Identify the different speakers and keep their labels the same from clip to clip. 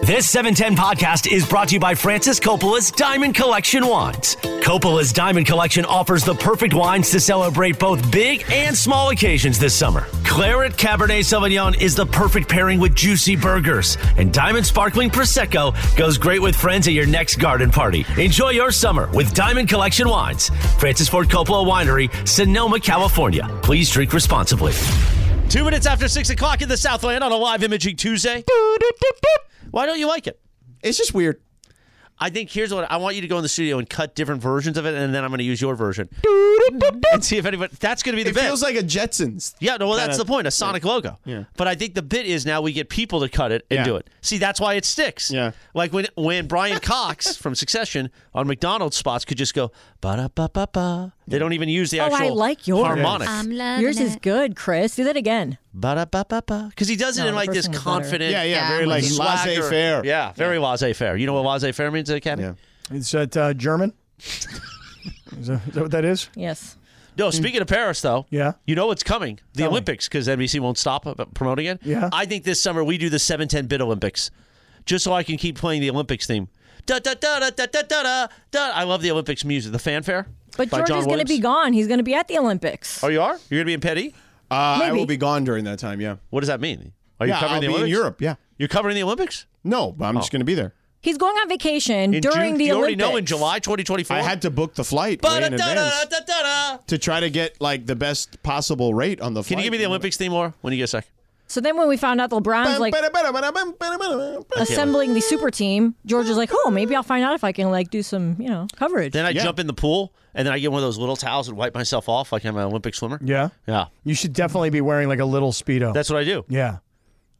Speaker 1: This 710 podcast is brought to you by Francis Coppola's Diamond Collection Wines. Coppola's Diamond Collection offers the perfect wines to celebrate both big and small occasions this summer. Claret Cabernet Sauvignon is the perfect pairing with juicy burgers, and Diamond Sparkling Prosecco goes great with friends at your next garden party. Enjoy your summer with Diamond Collection Wines. Francis Ford Coppola Winery, Sonoma, California. Please drink responsibly. Two minutes after six o'clock in the Southland on a live imaging Tuesday. Why don't you like it?
Speaker 2: It's just weird.
Speaker 1: I think here's what I want you to go in the studio and cut different versions of it, and then I'm going to use your version and see if anybody. That's going to be the
Speaker 2: It
Speaker 1: bit.
Speaker 2: feels like a Jetsons.
Speaker 1: yeah, no, well, that's the point. A sonic logo. Yeah. But I think the bit is now we get people to cut it and
Speaker 2: Yeah.
Speaker 1: do it. See, that's why it sticks.
Speaker 2: Yeah.
Speaker 1: Like when when Brian Cox from Succession on McDonald's spots could just go ba da ba ba ba. They don't even use the
Speaker 3: Oh, I
Speaker 1: actual
Speaker 3: like yours. Um,
Speaker 1: harmonic.
Speaker 4: I'm loving
Speaker 3: Yours is
Speaker 4: it.
Speaker 3: good, Chris. Do that again.
Speaker 1: Ba da ba ba ba. Because he does it
Speaker 3: No,
Speaker 1: in
Speaker 3: the
Speaker 1: like this
Speaker 3: first one was better.
Speaker 1: confident.
Speaker 2: Yeah, yeah,
Speaker 4: Yeah,
Speaker 2: very
Speaker 4: I'm
Speaker 2: like
Speaker 4: with you.
Speaker 2: laissez
Speaker 1: swagger.
Speaker 2: faire.
Speaker 1: Yeah, very laissez faire. You know what laissez faire means, Academy?
Speaker 2: Yeah.
Speaker 5: Is that uh, German? is, that, is that what that is?
Speaker 3: Yes. Hmm.
Speaker 1: No, speaking of Paris, though,
Speaker 5: Yeah.
Speaker 1: you know what's coming the
Speaker 5: Tell me.
Speaker 1: Olympics because NBC won't stop uh, promoting it.
Speaker 5: Yeah.
Speaker 1: I think this summer we do the 710 bit Olympics just so I can keep playing the Olympics theme. Da, da, da, da, da, da, da, da, da. I love the Olympics music, the fanfare.
Speaker 3: But
Speaker 1: by
Speaker 3: George
Speaker 1: John
Speaker 3: is going to
Speaker 1: Williams.
Speaker 3: be gone. He's going to be at the Olympics.
Speaker 1: Oh, you are? You're going to be in Petty?
Speaker 2: Uh, I
Speaker 3: Maybe.
Speaker 2: will be gone during that time. Yeah.
Speaker 1: What does that mean? Are you
Speaker 2: yeah,
Speaker 1: covering
Speaker 2: I'll
Speaker 1: the
Speaker 2: be
Speaker 1: Olympics?
Speaker 2: in Europe. Yeah.
Speaker 1: You're covering the Olympics?
Speaker 2: No, but I'm just going to be there.
Speaker 3: He's going on vacation
Speaker 1: In
Speaker 3: during
Speaker 1: June?
Speaker 3: the
Speaker 1: you already
Speaker 3: Olympics.
Speaker 1: know in July 2024?
Speaker 2: I had to book the flight
Speaker 1: Ba-
Speaker 2: way
Speaker 1: da,
Speaker 2: in
Speaker 1: da, da,
Speaker 2: advance
Speaker 1: da, da, da.
Speaker 2: to try to get like the best possible rate on the flight.
Speaker 1: Can you give me the Olympics theme more when you get a sec?
Speaker 3: So then when we found out LeBron's like assembling the super team, George is like, oh, maybe I'll find out if I can like do some, you know, coverage.
Speaker 1: Then I
Speaker 2: Yeah.
Speaker 1: jump in the pool and then I get one of those little towels and wipe myself off like I'm an Olympic swimmer.
Speaker 5: Yeah.
Speaker 1: Yeah.
Speaker 5: You should definitely be wearing like a little speedo.
Speaker 1: That's what I do.
Speaker 5: yeah.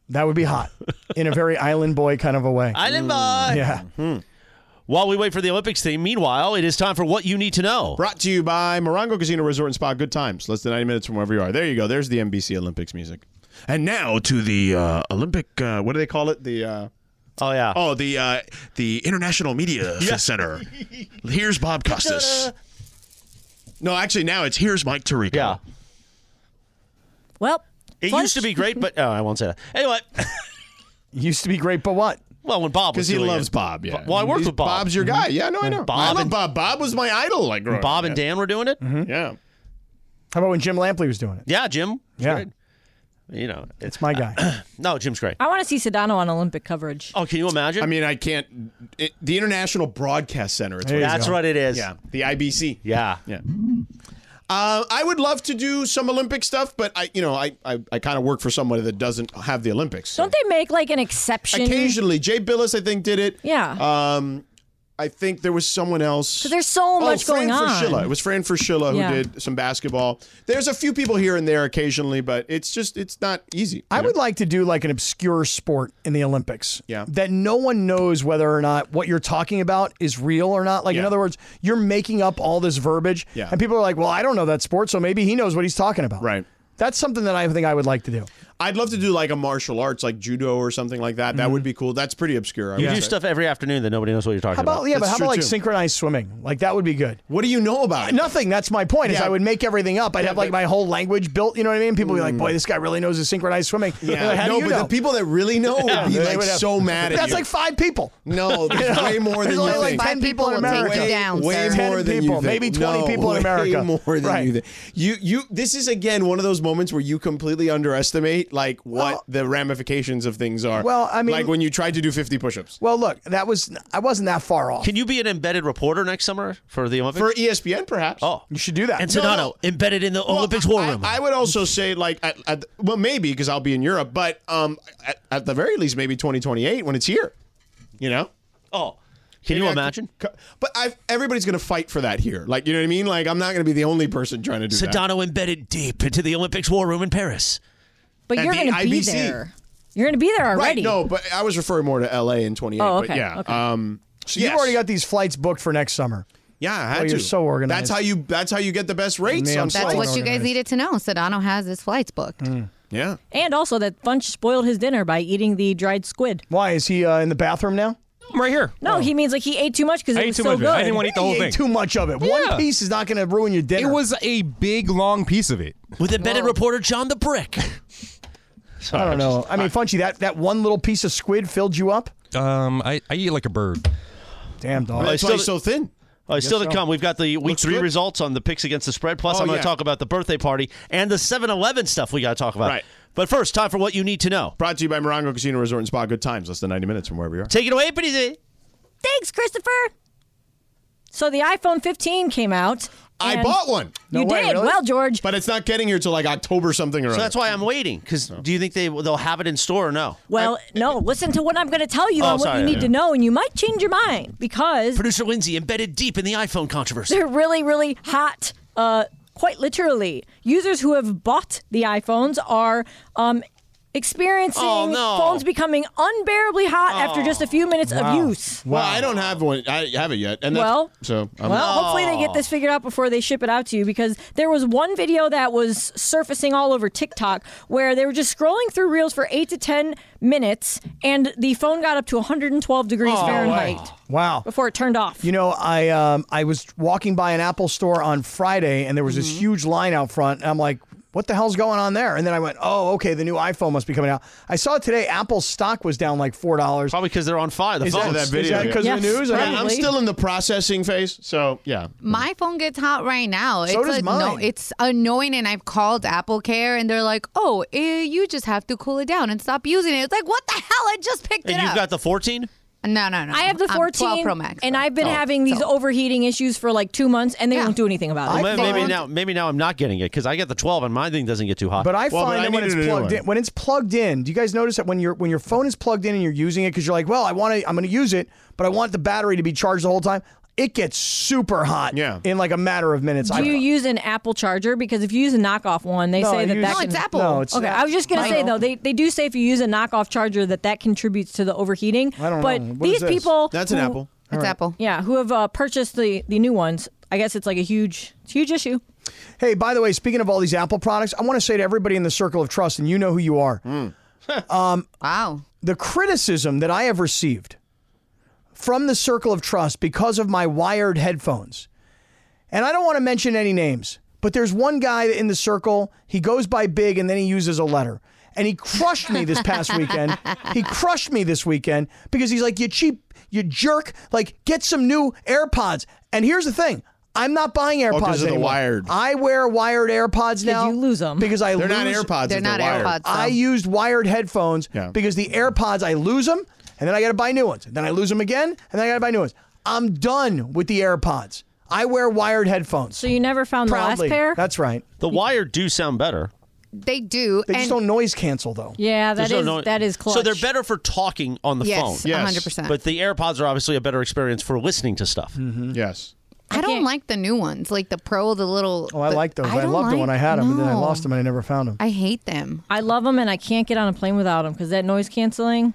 Speaker 5: That would be hot in a very island boy kind of a way.
Speaker 1: Island
Speaker 2: Mm,
Speaker 1: boy.
Speaker 5: yeah.
Speaker 1: While we wait for the Olympics theme, meanwhile, it is time for what you need to know.
Speaker 2: Brought to you by Morongo Casino Resort and Spa. Good times. Less than 90 minutes from wherever you are. There you go. There's the NBC Olympics music. And now to the uh, Olympic, uh, what do they call it? The uh,
Speaker 1: Oh yeah.
Speaker 2: Oh, the uh, the International Media Center. Here's Bob Costas. No, actually, now it's here's Mike Tirico.
Speaker 1: Yeah.
Speaker 3: well,
Speaker 1: It
Speaker 3: lunch-
Speaker 1: used to be great, but oh, I won't say that. Anyway,
Speaker 5: Used to be great, but what?
Speaker 1: well, when Bob
Speaker 2: Because
Speaker 1: was
Speaker 2: he
Speaker 1: doing
Speaker 2: loves
Speaker 1: it,
Speaker 2: Bob, yeah.
Speaker 1: Well, I worked
Speaker 2: He's-
Speaker 1: with Bob. Mm-hmm.
Speaker 2: Bob's your guy. Yeah, no, I know.
Speaker 1: Bob
Speaker 2: I love
Speaker 1: and-
Speaker 2: Bob. Bob was my idol. Like growing
Speaker 1: Bob
Speaker 2: up.
Speaker 1: and Dan were doing it.
Speaker 2: Yeah.
Speaker 5: How about when Jim Lampley was doing it?
Speaker 1: Yeah, Jim.
Speaker 5: Yeah.
Speaker 1: Great. You know, it's
Speaker 5: It's my guy.
Speaker 1: no, Jim's great.
Speaker 3: I want to see Sedano on Olympic coverage.
Speaker 1: Oh, can you imagine?
Speaker 2: I mean, I can't. It, the International Broadcast Center. It's
Speaker 5: There
Speaker 2: what
Speaker 5: you
Speaker 2: it's-
Speaker 1: that's
Speaker 5: go.
Speaker 1: what it is.
Speaker 2: yeah, the IBC.
Speaker 1: Yeah.
Speaker 2: Yeah. Uh, I would love to do some Olympic stuff, but I, you know, I, I, I kind of work for somebody that doesn't have the Olympics. so-
Speaker 3: Don't they make like an exception?
Speaker 2: Occasionally, Jay Billis, I think, did it.
Speaker 3: Yeah.
Speaker 1: Uh,
Speaker 2: Um, I think there was someone else.
Speaker 3: there's so much
Speaker 2: oh, Fran
Speaker 3: going on.
Speaker 2: Fraschilla. It was Fran Fraschilla
Speaker 3: Yeah.
Speaker 2: who did some basketball. There's a few people here and there occasionally, but it's just it's not easy.
Speaker 5: I
Speaker 2: you know?
Speaker 5: would like to do like an obscure sport in the Olympics.
Speaker 2: Yeah.
Speaker 5: That no one knows whether or not what you're talking about is real or not. Like, in
Speaker 2: Yeah.
Speaker 5: other words, you're making up all this verbiage.
Speaker 2: Yeah.
Speaker 5: And people are like, well, I don't know that sport, so maybe he knows what he's talking about.
Speaker 2: Right.
Speaker 5: That's something that I think I would like to do.
Speaker 2: I'd love to do like a martial arts, like judo or something like that. That
Speaker 5: Mhm.
Speaker 2: would be cool. That's pretty obscure. I
Speaker 1: You
Speaker 2: would
Speaker 1: do
Speaker 2: say.
Speaker 1: stuff every afternoon that nobody knows what you're talking
Speaker 5: How about, yeah, but
Speaker 2: That's
Speaker 5: how
Speaker 2: true,
Speaker 5: about like
Speaker 2: too.
Speaker 5: synchronized swimming? Like, that would be good.
Speaker 2: What do you know about it?
Speaker 5: Nothing. That's my point. Is
Speaker 2: Yeah.
Speaker 5: I would make everything up. I'd have like my whole language built. You know what I mean? People would be like, "Boy, this guy really knows his synchronized swimming."
Speaker 2: Yeah,
Speaker 5: Like, How
Speaker 2: no,
Speaker 5: do you
Speaker 2: but
Speaker 5: know?
Speaker 2: the people that really know would be
Speaker 5: They
Speaker 2: like
Speaker 5: would have-
Speaker 2: so mad at
Speaker 5: That's
Speaker 2: you.
Speaker 5: like five people.
Speaker 2: no, there's way more than
Speaker 5: There's
Speaker 2: you
Speaker 5: only
Speaker 2: think.
Speaker 5: like ten
Speaker 4: Five
Speaker 5: people in
Speaker 4: people will take
Speaker 5: America.
Speaker 4: you down.
Speaker 2: way
Speaker 4: sir.
Speaker 2: more
Speaker 5: 10
Speaker 2: than
Speaker 5: people,
Speaker 2: you think.
Speaker 5: maybe 20
Speaker 2: No,
Speaker 5: people in
Speaker 2: Way
Speaker 5: America.
Speaker 2: more than
Speaker 5: Right.
Speaker 2: you think. You you this is again one of those moments where you completely underestimate like what the ramifications of things are.
Speaker 5: Well, I mean-
Speaker 2: like when you tried to do 50 push-ups.
Speaker 5: Well, look, that was I wasn't that far off.
Speaker 1: Can you be an embedded reporter next summer for the Olympics?
Speaker 2: For E ESPN perhaps.
Speaker 1: oh,
Speaker 5: You should do that.
Speaker 1: and
Speaker 2: No,
Speaker 1: Sedano
Speaker 2: no.
Speaker 1: embedded in the Olympics
Speaker 2: Well,
Speaker 1: war
Speaker 2: I-
Speaker 1: room.
Speaker 2: I, would also say like at, at, well maybe because I'll be in Europe, but um at, at the very least maybe 2028 when it's here. You know?
Speaker 1: oh, can you
Speaker 2: Maybe I
Speaker 1: imagine?
Speaker 2: could- But I've, everybody's going to fight for that here. Like, you know what I mean? Like, I'm not going to be the only person trying to do that.
Speaker 1: Sedano embedded deep into the Olympics war room in Paris.
Speaker 3: but
Speaker 2: at
Speaker 3: you're
Speaker 2: the
Speaker 3: going to be
Speaker 2: IBC.
Speaker 3: there. You're going to be there
Speaker 2: Right.
Speaker 3: already.
Speaker 2: No, but I was referring more to LA in 28.
Speaker 3: Oh,
Speaker 2: But
Speaker 3: okay,
Speaker 2: yeah.
Speaker 3: okay.
Speaker 2: Um,
Speaker 5: So you've already got these flights booked for next summer.
Speaker 2: Yeah, I had
Speaker 5: Oh,
Speaker 2: to.
Speaker 5: you're so organized.
Speaker 2: That's how you. That's how you get the best rates.
Speaker 5: Man,
Speaker 2: on
Speaker 5: I'm so
Speaker 4: That's
Speaker 2: flights.
Speaker 4: what you guys
Speaker 5: organized.
Speaker 4: needed to know. Sedano has his flights booked.
Speaker 5: Mm-hmm.
Speaker 2: Yeah.
Speaker 3: And also that Funch spoiled his dinner by eating the dried squid.
Speaker 5: Why is he uh, in the bathroom now?
Speaker 6: I'm right here.
Speaker 1: Oh.
Speaker 3: No, he means like he ate too much because
Speaker 6: I
Speaker 3: it
Speaker 6: ate
Speaker 3: was
Speaker 6: too
Speaker 3: so
Speaker 6: much. of it.
Speaker 3: good.
Speaker 6: I didn't want to eat the whole
Speaker 5: he
Speaker 6: thing.
Speaker 5: ate too much of it.
Speaker 6: Yeah.
Speaker 5: One piece is not going to ruin your
Speaker 6: It
Speaker 5: dinner.
Speaker 6: was a big, long piece of it.
Speaker 1: with embedded reporter John the Brick.
Speaker 5: I don't know. I mean, Funchy, that that one little piece of squid filled you up.
Speaker 7: Um, I, I eat like a bird.
Speaker 5: Damn dog.
Speaker 2: That's why
Speaker 1: still-
Speaker 2: he's so thin.
Speaker 1: All right, still to
Speaker 5: so.
Speaker 1: come. We've got the week
Speaker 2: Looks
Speaker 1: three
Speaker 2: good.
Speaker 1: results on the picks against the spread. Plus,
Speaker 2: Oh,
Speaker 1: I'm going to
Speaker 2: yeah.
Speaker 1: talk about the birthday party and the 7 Eleven stuff we got to talk about.
Speaker 2: Right.
Speaker 1: But first, time for what you need to know.
Speaker 2: Brought to you by Morongo Casino Resort and Spa. Good times, less than 90 minutes from wherever you are.
Speaker 1: Take it away, Pretty.
Speaker 3: Thanks, Christopher. So the iPhone 15 came out.
Speaker 2: I
Speaker 3: and-
Speaker 2: bought one,
Speaker 3: you
Speaker 5: way,
Speaker 3: did
Speaker 5: really?
Speaker 3: well, George.
Speaker 2: but it's not getting here till like October something or
Speaker 1: So that's why I'm waiting. Because do you think they they'll have it in store or no?
Speaker 3: well, no. Listen to what I'm going to tell you
Speaker 1: Oh,
Speaker 3: on what
Speaker 1: sorry,
Speaker 3: you need
Speaker 1: yeah.
Speaker 3: to know, and you might change your mind because
Speaker 1: Producer Lindsay embedded deep in the iPhone controversy.
Speaker 3: they're really, really hot. Uh, quite literally, users who have bought the iPhones are um, experiencing
Speaker 1: Oh, no. Oh,
Speaker 3: phones becoming unbearably hot after just a few minutes of use.
Speaker 2: Well, I don't have one. I have it yet. And that's,
Speaker 3: Well-
Speaker 2: so I'm,
Speaker 3: Well, hopefully they get this figured out before they ship it out to you because there was one video that was surfacing all over TikTok where they were just scrolling through reels for 8 to 10 minutes and the phone got up to 112 degrees Fahrenheit
Speaker 5: Oh, Wow.
Speaker 3: before it turned off.
Speaker 5: You know, I um, I was walking by an Apple store on Friday, and there was this huge line out front. And I'm like, "What the hell's going on there?" And then I went, "Oh, okay, the new iPhone must be coming out." I saw today Apple's stock was down like four dollars.
Speaker 1: Probably because they're on fire. The
Speaker 5: Is
Speaker 1: phones.
Speaker 5: that,
Speaker 2: that
Speaker 5: is
Speaker 2: video,
Speaker 5: that
Speaker 2: yeah.
Speaker 5: because of the
Speaker 3: Yes,
Speaker 5: news?
Speaker 3: right.
Speaker 5: I mean,
Speaker 2: I'm
Speaker 3: Probably.
Speaker 2: still in the processing phase. So yeah.
Speaker 4: My phone gets hot right now.
Speaker 5: So
Speaker 4: it's
Speaker 5: does
Speaker 4: anno-
Speaker 5: mine.
Speaker 4: it's annoying, and I've called Apple Care, and they're like, "Oh, eh, you just have to cool it down and stop using it." It's like, what the hell? I just picked
Speaker 1: and
Speaker 4: it
Speaker 1: you've
Speaker 4: up.
Speaker 1: got the 14.
Speaker 4: no, no, no.
Speaker 3: I have the
Speaker 4: I'm
Speaker 3: 14
Speaker 4: 12 Pro Max,
Speaker 3: and
Speaker 4: though.
Speaker 3: I've been having these
Speaker 4: so-
Speaker 3: overheating issues for like 2 months and they
Speaker 4: Yeah.
Speaker 3: won't do anything about it.
Speaker 5: I-
Speaker 1: Well,
Speaker 5: find-
Speaker 1: maybe now, maybe now I'm not getting it because I got the 12 and my thing doesn't get too hot.
Speaker 5: But I
Speaker 2: Well, but
Speaker 5: find
Speaker 2: I
Speaker 5: that when it's
Speaker 2: needed a new
Speaker 5: plugged
Speaker 2: one.
Speaker 5: in, when it's plugged in, do you guys notice that when your when your phone is plugged in and you're using it because you're like, well, I want to, I'm going to use it, but I want the battery to be charged the whole time. It gets super hot.
Speaker 2: Yeah.
Speaker 5: In like a matter of minutes. I-
Speaker 3: do you use an Apple charger? Because if you use a knockoff one, they
Speaker 5: No, I
Speaker 3: say that
Speaker 5: use-
Speaker 3: that
Speaker 4: No,
Speaker 3: can,
Speaker 4: it's Apple.
Speaker 5: No, it's
Speaker 3: Okay, I was just gonna
Speaker 5: I
Speaker 3: say
Speaker 5: know.
Speaker 3: though they, they do say if you use a knockoff charger that that contributes to the overheating.
Speaker 5: I don't
Speaker 3: but
Speaker 5: know. What is
Speaker 3: these
Speaker 5: this?
Speaker 3: people
Speaker 2: That's an
Speaker 3: who-
Speaker 2: apple.
Speaker 4: It's Apple.
Speaker 3: Yeah, who have uh, purchased the the new ones? I guess it's like a huge it's a huge issue.
Speaker 5: Hey, by the way, speaking of all these Apple products, I want to say to everybody in the circle of trust, and you know who you are,
Speaker 4: Wow.
Speaker 5: the criticism that I have received from the circle of trust because of my wired headphones. And I don't want to mention any names, but there's one guy in the circle, he goes by big and then he uses a letter. And he crushed me this past weekend. He crushed me this weekend because he's like, you cheap, you jerk, like get some new AirPods. And here's the thing. I'm not buying AirPods
Speaker 2: Oh, 'cause of the
Speaker 5: anymore.
Speaker 2: wired.
Speaker 5: I wear wired AirPods now.
Speaker 3: you lose 'em.
Speaker 5: because I
Speaker 2: They're
Speaker 5: lose
Speaker 2: not AirPods.
Speaker 4: They're not
Speaker 2: wired.
Speaker 4: AirPods.
Speaker 5: I
Speaker 4: though.
Speaker 5: used wired headphones
Speaker 2: Yeah.
Speaker 5: because the AirPods I lose them and then I got to buy new ones. And then I lose them again and then I got to buy new ones. I'm done with the AirPods. I wear wired headphones.
Speaker 3: So you never found
Speaker 5: proudly.
Speaker 3: the last pair?
Speaker 5: That's right.
Speaker 1: the wired do sound better.
Speaker 4: they do.
Speaker 5: They
Speaker 4: and
Speaker 5: just don't noise cancel though.
Speaker 3: yeah, that
Speaker 1: There's no
Speaker 3: is
Speaker 1: no-
Speaker 3: that is clutch.
Speaker 1: So they're better for talking on the
Speaker 4: yes,
Speaker 1: phone.
Speaker 2: Yes.
Speaker 4: 100%.
Speaker 1: But the AirPods are obviously a better experience for listening to stuff.
Speaker 3: Mm-hmm.
Speaker 2: Yes.
Speaker 4: I don't
Speaker 3: can't-
Speaker 4: like the new ones, like the Pro, the little.
Speaker 5: Oh, I
Speaker 4: the-
Speaker 5: like those. I,
Speaker 4: don't
Speaker 5: loved them when I
Speaker 4: like-
Speaker 5: had them and then I
Speaker 4: no.
Speaker 5: lost them and I never found them.
Speaker 4: I hate them.
Speaker 3: I love them and I can't get on a plane without them because that noise canceling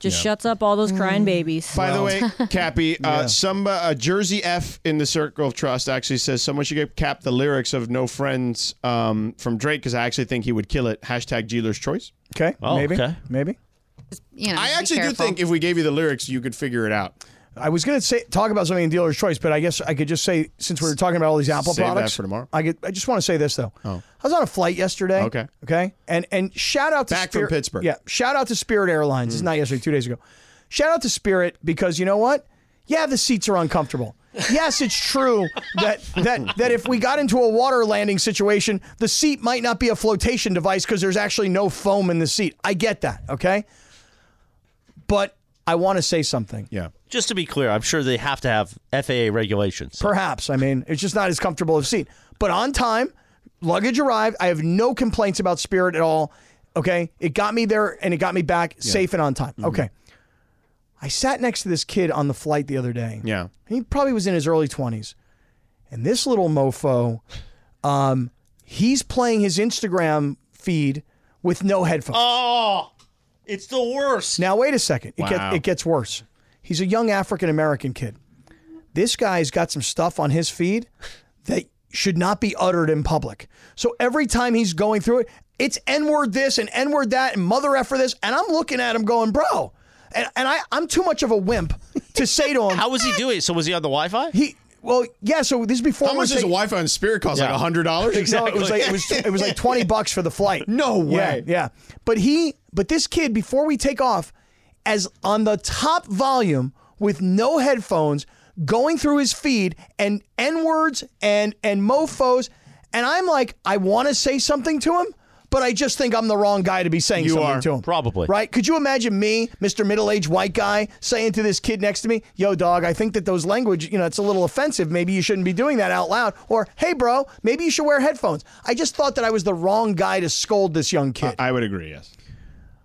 Speaker 3: just shuts up all those crying babies.
Speaker 2: By the way, Cappy, uh, some uh, Jersey F in the Circle of Trust actually says someone should get Cap the lyrics of "No Friends" um, from Drake because I actually think he would kill it. Hashtag Jeeler's Choice.
Speaker 5: Okay?
Speaker 1: Oh,
Speaker 5: maybe.
Speaker 1: okay.
Speaker 5: Maybe.
Speaker 4: You know,
Speaker 2: I
Speaker 4: be
Speaker 2: actually do
Speaker 4: careful.
Speaker 2: think if we gave you the lyrics, you could figure it out.
Speaker 5: I was going to say talk about something in dealer's choice, but I guess I could just say since we were talking about all these Apple
Speaker 2: Save that
Speaker 5: products
Speaker 2: for tomorrow.
Speaker 5: I could, I just want to say this though. Oh. I was on a flight yesterday.
Speaker 2: Okay.
Speaker 5: Okay. And and shout out to
Speaker 2: Back from
Speaker 5: Spirit,
Speaker 2: Pittsburgh. Mm.
Speaker 5: Yeah. Shout out to Spirit Airlines. It's not yesterday, two days ago. Shout out to Spirit because you know what? Yeah, the seats are uncomfortable. yes, it's true that that that if we got into a water landing situation, the seat might not be a flotation device because there's actually no foam in the seat. I get that. Okay. But I want to say something.
Speaker 2: Yeah.
Speaker 1: Just to be clear, I'm sure they have to have FAA regulations.
Speaker 5: Perhaps. I mean, it's just not as comfortable of a seat. But on time, luggage arrived. I have no complaints about Spirit at all. Okay. It got me there and it got me back safe and on time. Okay. I sat next to this kid on the flight the other day.
Speaker 2: Yeah.
Speaker 5: He probably was in his early 20s. And this little mofo, um, he's playing his Instagram feed with no headphones.
Speaker 1: Oh, it's the worst.
Speaker 5: Now wait a second. It,
Speaker 2: Wow.
Speaker 5: get, it gets worse. He's a young African American kid. This guy's got some stuff on his feed that should not be uttered in public. So every time he's going through it, it's N word this and N word that and mother effer this, and I'm looking at him going, bro, and, and I I'm too much of a wimp to say to him.
Speaker 1: How was he doing? it? So was he on the Wi-Fi?
Speaker 5: he well yeah. So this is before
Speaker 2: How
Speaker 5: we
Speaker 2: much
Speaker 5: were
Speaker 2: does a
Speaker 5: saying-
Speaker 2: Wi-Fi on Spirit cost?
Speaker 1: Yeah.
Speaker 2: Like hundred dollars?
Speaker 5: No, it was like it was it was like twenty bucks for the flight.
Speaker 2: No way.
Speaker 5: Yeah, yeah. But he, but this kid, before we take off, as on the top volume with no headphones going through his feed and N words and and mofos. And I'm like, I want to say something to him, but I just think I'm the wrong guy to be saying
Speaker 2: You
Speaker 5: something
Speaker 2: are,
Speaker 5: to him.
Speaker 1: probably.
Speaker 5: Right? Could you imagine me, Mr. Middle aged white guy, saying to this kid next to me, Yo, dog, I think that those language, you know, it's a little offensive. Maybe you shouldn't be doing that out loud. Or, Hey, bro, maybe you should wear headphones. I just thought that I was the wrong guy to scold this young kid.
Speaker 2: Uh, I would agree. Yes.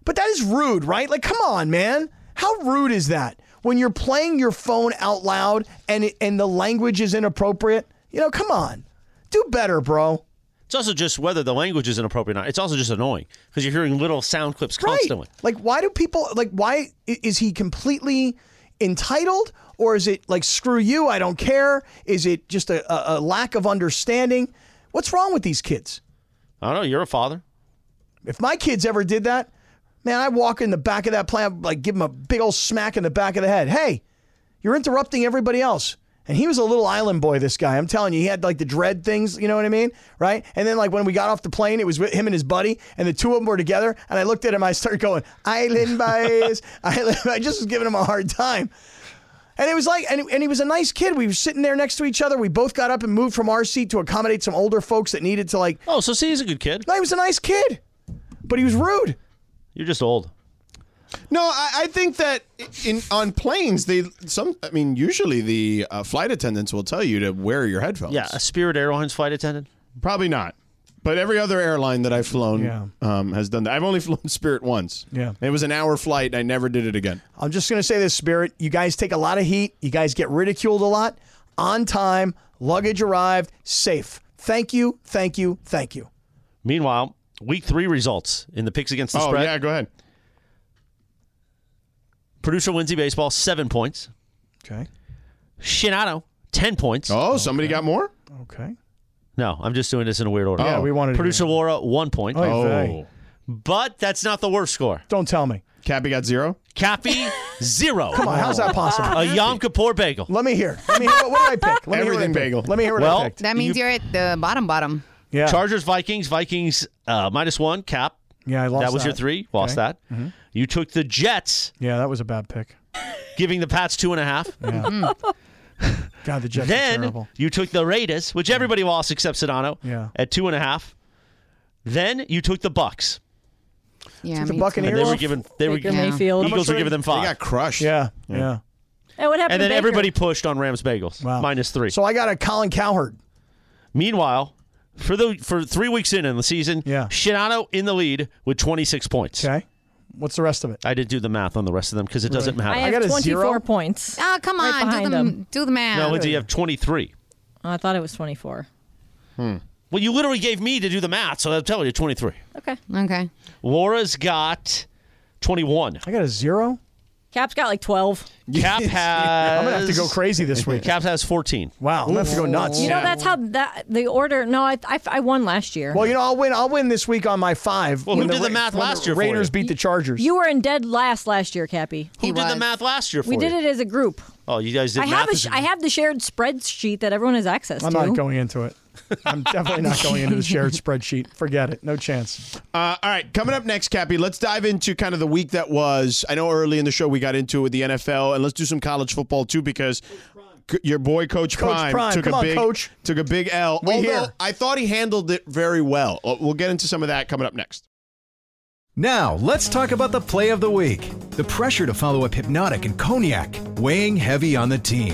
Speaker 5: But that is rude, right? Like, come on, man. How rude is that? When you're playing your phone out loud and it, and the language is inappropriate, you know, come on, do better, bro.
Speaker 1: It's also just whether the language is inappropriate or not. It's also just annoying because you're hearing little sound clips constantly.
Speaker 5: Like, why do people like? Why i- is he completely entitled, or is it like screw you? I don't care. Is it just a, a, a lack of understanding? What's wrong with these kids?
Speaker 1: I don't know. You're a father.
Speaker 5: If my kids ever did that, man, I walk in the back of that plant, like give them a big old smack in the back of the head. Hey, you're interrupting everybody else. And he was a little island boy, this guy. I'm telling you, he had like the dread things, you know what I mean? Right? And then, like, when we got off the plane, it was with him and his buddy, and the two of them were together. And I looked at him, I started going, Island boys. island. I just was giving him a hard time. And it was like, and, and he was a nice kid. We were sitting there next to each other. We both got up and moved from our seat to accommodate some older folks that needed to, like,
Speaker 1: Oh, so see, he's a good kid.
Speaker 5: no, he was a nice kid, but he was rude.
Speaker 1: You're just old.
Speaker 2: No, I, I think that in on planes they some. I mean, usually the uh, flight attendants will tell you to wear your headphones.
Speaker 1: Yeah, a Spirit Airlines flight attendant.
Speaker 2: probably not. But every other airline that I've flown
Speaker 5: Yeah.
Speaker 2: um, has done that. I've only flown Spirit once.
Speaker 5: Yeah.
Speaker 2: it was an hour flight. and I never did it again.
Speaker 5: I'm just going to say this, Spirit. You guys take a lot of heat. You guys get ridiculed a lot. On time, luggage arrived, safe. Thank you, thank you, thank you.
Speaker 1: Meanwhile, week three results in the picks against the
Speaker 2: Oh
Speaker 1: spread.
Speaker 2: yeah, go ahead.
Speaker 1: Producer Lindsay Baseball, seven points.
Speaker 5: Okay,
Speaker 1: Shinato, 10 points.
Speaker 2: Oh, somebody got more.
Speaker 5: okay.
Speaker 1: No, I'm just doing this in a weird order.
Speaker 5: Yeah, Oh, we wanted to
Speaker 1: Producer Laura, one point.
Speaker 5: Oh.
Speaker 2: Oh,
Speaker 1: But that's not the worst score.
Speaker 5: Don't tell me.
Speaker 2: Cappy got zero.
Speaker 1: Cappy, zero.
Speaker 5: Come on, how's that possible?
Speaker 1: A Yom Kippur bagel.
Speaker 5: Let me hear. Let me hear. What, what did I pick? Let me hear what I
Speaker 2: Everything
Speaker 5: picked.
Speaker 2: bagel.
Speaker 5: Let me hear what
Speaker 1: Well,
Speaker 5: I picked.
Speaker 4: That means you, are at the bottom bottom.
Speaker 5: Yeah,
Speaker 1: Chargers, Vikings, Vikings, uh, minus one, cap.
Speaker 5: yeah, I lost.
Speaker 1: that was your three. Lost
Speaker 5: Okay. Mm-hmm.
Speaker 1: that. You took the Jets,
Speaker 5: Yeah, that was a bad pick.
Speaker 1: giving the Pats two and a half.
Speaker 5: God, the Jets are
Speaker 1: Then
Speaker 5: terrible.
Speaker 1: you took the Raiders, which everybody lost except Sedano,
Speaker 5: Yeah.
Speaker 1: at two and a half. Then you took the Bucks.
Speaker 4: Yeah,
Speaker 5: The
Speaker 4: me
Speaker 1: And
Speaker 5: Buccaneers.
Speaker 1: they were given they were
Speaker 3: Baker
Speaker 1: given-
Speaker 3: Mayfield.
Speaker 1: Eagles were giving them
Speaker 2: They
Speaker 1: five.
Speaker 2: got crushed.
Speaker 5: yeah, yeah.
Speaker 3: And what happened?
Speaker 1: And
Speaker 3: to
Speaker 1: then
Speaker 3: Baker?
Speaker 1: everybody pushed on Rams Bagels.
Speaker 5: Wow.
Speaker 1: Minus three.
Speaker 5: So I got a Colin Cowherd.
Speaker 1: Meanwhile, for the for three weeks in in the season,
Speaker 5: Yeah.
Speaker 1: Shinano in the lead with 26 points.
Speaker 5: Okay, what's the rest of it?
Speaker 1: I didn't do the math on the rest of them because it doesn't
Speaker 3: I
Speaker 1: matter.
Speaker 3: have
Speaker 5: got a
Speaker 3: 24
Speaker 5: zero.
Speaker 3: points.
Speaker 4: Ah, come
Speaker 3: Right
Speaker 4: on, do
Speaker 3: behind
Speaker 4: the
Speaker 3: them.
Speaker 4: do the math.
Speaker 1: no, Lindsay, you have 23.
Speaker 3: Oh, I thought it was 24.
Speaker 1: Well, you literally gave me to do the math, so I'm telling you, 23.
Speaker 3: Okay.
Speaker 4: okay,
Speaker 1: Laura's got 21.
Speaker 5: I got a zero.
Speaker 3: Cap's got like 12.
Speaker 1: Cap has.
Speaker 5: I'm gonna have to go crazy this week.
Speaker 1: Cap has 14.
Speaker 5: Wow, I'm gonna have to go nuts.
Speaker 3: You know, that's how that the order. No, I, I, I won last year.
Speaker 5: Well, you know, I'll win. I'll win this week on my five.
Speaker 1: Well, who
Speaker 5: when
Speaker 1: did the math
Speaker 5: when
Speaker 1: last year for
Speaker 5: Raiders
Speaker 1: you?
Speaker 5: beat the Chargers.
Speaker 3: you were in dead last last year, Cappy.
Speaker 1: Who
Speaker 4: He
Speaker 1: did the
Speaker 4: was.
Speaker 1: math last year for
Speaker 3: We did
Speaker 1: you?
Speaker 3: it as a group.
Speaker 1: Oh, you guys did
Speaker 3: I
Speaker 1: math.
Speaker 3: have a
Speaker 1: as
Speaker 3: sh-
Speaker 1: a-
Speaker 3: I have the shared spreadsheet that everyone has access
Speaker 5: I'm
Speaker 3: to.
Speaker 5: not going into it. I'm definitely not going into the shared spreadsheet. Forget it. No chance.
Speaker 2: Uh, all right, coming up next, Cappy, let's dive into kind of the week that was. I know early in the show we got into it with the NFL, and let's do some college football too because c- your boy Coach,
Speaker 5: Coach
Speaker 2: Prime,
Speaker 5: Prime,
Speaker 2: took
Speaker 5: come
Speaker 2: a
Speaker 5: on,
Speaker 2: big
Speaker 5: Coach.
Speaker 2: took a big L. Oh,
Speaker 5: We
Speaker 2: although
Speaker 5: here.
Speaker 2: I thought he handled it very well. Uh, We'll get into some of that coming up next.
Speaker 8: Now, let's talk about the play of the week. The pressure to follow up Hypnotic and Cognac, weighing heavy on the team.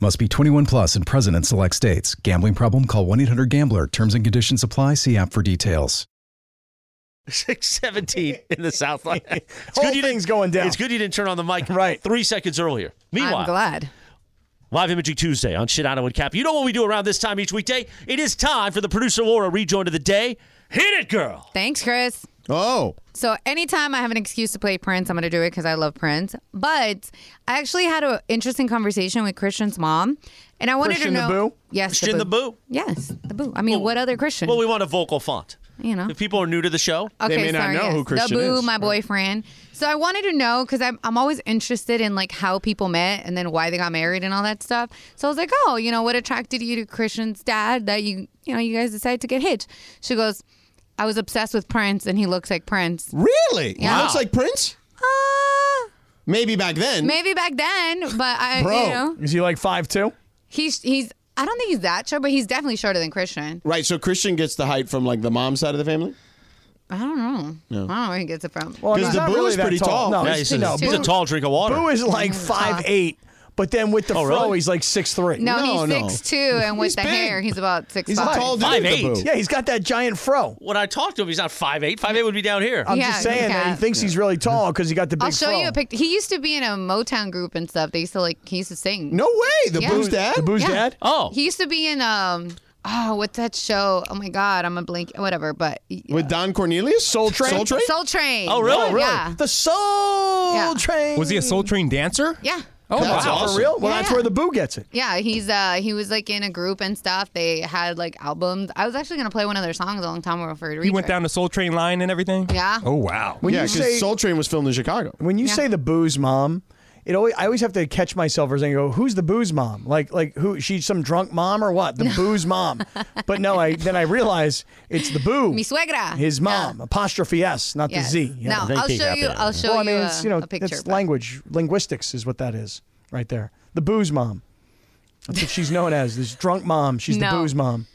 Speaker 8: Must be 21 plus and present in select states. Gambling problem? Call 1 800 Gambler. Terms and conditions apply. See app for details.
Speaker 1: Six seventeen in the South Line. It's
Speaker 5: Whole
Speaker 1: didn't-
Speaker 5: thing's going down.
Speaker 1: It's good you didn't turn on the mic
Speaker 5: Right.
Speaker 1: three seconds earlier.
Speaker 4: I'm
Speaker 1: Meanwhile,
Speaker 4: glad.
Speaker 1: Live Imaging Tuesday on Shidano and Cap. You know what we do around this time each weekday? It is time for the producer Laura rejoin of the day. Hit it, girl.
Speaker 4: Thanks, Chris.
Speaker 2: Oh,
Speaker 4: So anytime I have an excuse to play Prince, I'm gonna do it because I love Prince. But I actually had an interesting conversation with Christian's mom, and I wanted
Speaker 5: Christian
Speaker 4: to
Speaker 5: the
Speaker 4: know.
Speaker 5: Boo?
Speaker 4: Yes,
Speaker 1: Christian the Boo?
Speaker 4: Yes, the boo. I mean,
Speaker 1: Well,
Speaker 4: what other Christian?
Speaker 1: Well, we want a vocal font.
Speaker 4: You know.
Speaker 1: if people are new to the show,
Speaker 4: Okay,
Speaker 2: may not
Speaker 4: sorry,
Speaker 2: know
Speaker 4: yes.
Speaker 2: who Christian
Speaker 4: the boo,
Speaker 2: is.
Speaker 4: my boyfriend. So I wanted to know because I'm, I'm always interested in like how people met and then why they got married and all that stuff. So I was like, oh, you know, what attracted you to Christian's dad that you you know you guys decided to get hitched? She goes, I was obsessed with Prince and he looks like Prince.
Speaker 2: really?
Speaker 4: Yeah.
Speaker 2: Looks like Prince.
Speaker 4: Ah,
Speaker 2: Maybe back then.
Speaker 4: maybe back then, but I
Speaker 2: Bro.
Speaker 4: you know
Speaker 5: Is he like five two?
Speaker 4: he's he's I don't think he's that short, but he's definitely shorter than Christian.
Speaker 2: Right. So Christian gets the height from like the mom side of the family.
Speaker 4: I don't know. I don't know where he gets it from.
Speaker 5: Well,
Speaker 2: 'Cause
Speaker 5: he's
Speaker 2: the
Speaker 5: not
Speaker 2: Boo
Speaker 5: really
Speaker 2: is
Speaker 5: that
Speaker 2: pretty tall.
Speaker 5: No,
Speaker 1: yeah,
Speaker 5: he's,
Speaker 1: he's, a,
Speaker 5: no,
Speaker 1: he's a
Speaker 5: Boo-
Speaker 1: tall drink of water.
Speaker 5: Boo is like
Speaker 4: He's tall.
Speaker 5: five eight, but then with the
Speaker 1: Oh,
Speaker 5: fro,
Speaker 1: really?
Speaker 5: he's like six three.
Speaker 4: no,
Speaker 2: No,
Speaker 4: he's
Speaker 2: no.
Speaker 4: six two, and with
Speaker 2: He's
Speaker 4: the
Speaker 2: big.
Speaker 4: hair, he's about six
Speaker 2: He's
Speaker 4: five.
Speaker 2: a tall dude.
Speaker 1: Five
Speaker 2: the
Speaker 1: eight.
Speaker 2: Boo.
Speaker 5: Yeah, he's got that giant fro.
Speaker 1: when I talk to him, he's not five eight. Five eight would be down here.
Speaker 5: I'm
Speaker 4: Yeah,
Speaker 5: just saying that he
Speaker 4: yeah.
Speaker 5: thinks he's really tall because he got the big
Speaker 4: I'll show
Speaker 5: fro.
Speaker 4: you a picture. He used to be in a Motown group and stuff. They used to like he used to sing.
Speaker 2: No way. The
Speaker 4: Yeah.
Speaker 2: boo's dad.
Speaker 5: The Boo's
Speaker 4: Yeah.
Speaker 5: dad?
Speaker 1: Oh.
Speaker 4: He used to be in um oh what's that show? Oh my god, I'm a blank whatever. But
Speaker 2: with Don Cornelius.
Speaker 5: Soul Train?
Speaker 2: Soul Train.
Speaker 4: Soul Train.
Speaker 1: Oh, really? Oh, really?
Speaker 4: Yeah.
Speaker 5: The Soul
Speaker 4: Yeah.
Speaker 5: Train.
Speaker 7: Was he a Soul Train dancer?
Speaker 4: Yeah.
Speaker 7: Oh,
Speaker 2: That's
Speaker 7: wow.
Speaker 2: awesome.
Speaker 5: For real? Well,
Speaker 4: Yeah,
Speaker 5: that's
Speaker 4: yeah.
Speaker 5: where the Boo gets it.
Speaker 4: Yeah, he's uh he was like in a group and stuff. They had like albums. I was actually gonna play one of their songs a long time ago for a
Speaker 7: He went down the Soul Train line and everything?
Speaker 4: Yeah.
Speaker 7: Oh, wow.
Speaker 5: When
Speaker 2: Yeah,
Speaker 5: you say
Speaker 2: because Soul Train was filmed in Chicago.
Speaker 5: when you
Speaker 4: Yeah.
Speaker 5: say the Boo's mom, it always I always have to catch myself and go, "Who's the Boo's mom? Like like who? She's some drunk mom or what? The Boo's mom." But no, I then I realize it's the Boo.
Speaker 4: Mi suegra.
Speaker 5: His mom. Apostrophe S, not
Speaker 4: Yeah.
Speaker 5: the Z. Yeah.
Speaker 4: No, I'll
Speaker 1: think
Speaker 4: show
Speaker 1: out
Speaker 4: you
Speaker 1: there.
Speaker 4: I'll show
Speaker 5: well, I
Speaker 4: you,
Speaker 5: mean,
Speaker 4: a,
Speaker 5: it's you know,
Speaker 4: a picture.
Speaker 5: it's
Speaker 4: but-
Speaker 5: language linguistics is what that is right there. The Boo's mom. That's what she's known as. This drunk mom. She's the
Speaker 4: No.
Speaker 5: Boo's mom.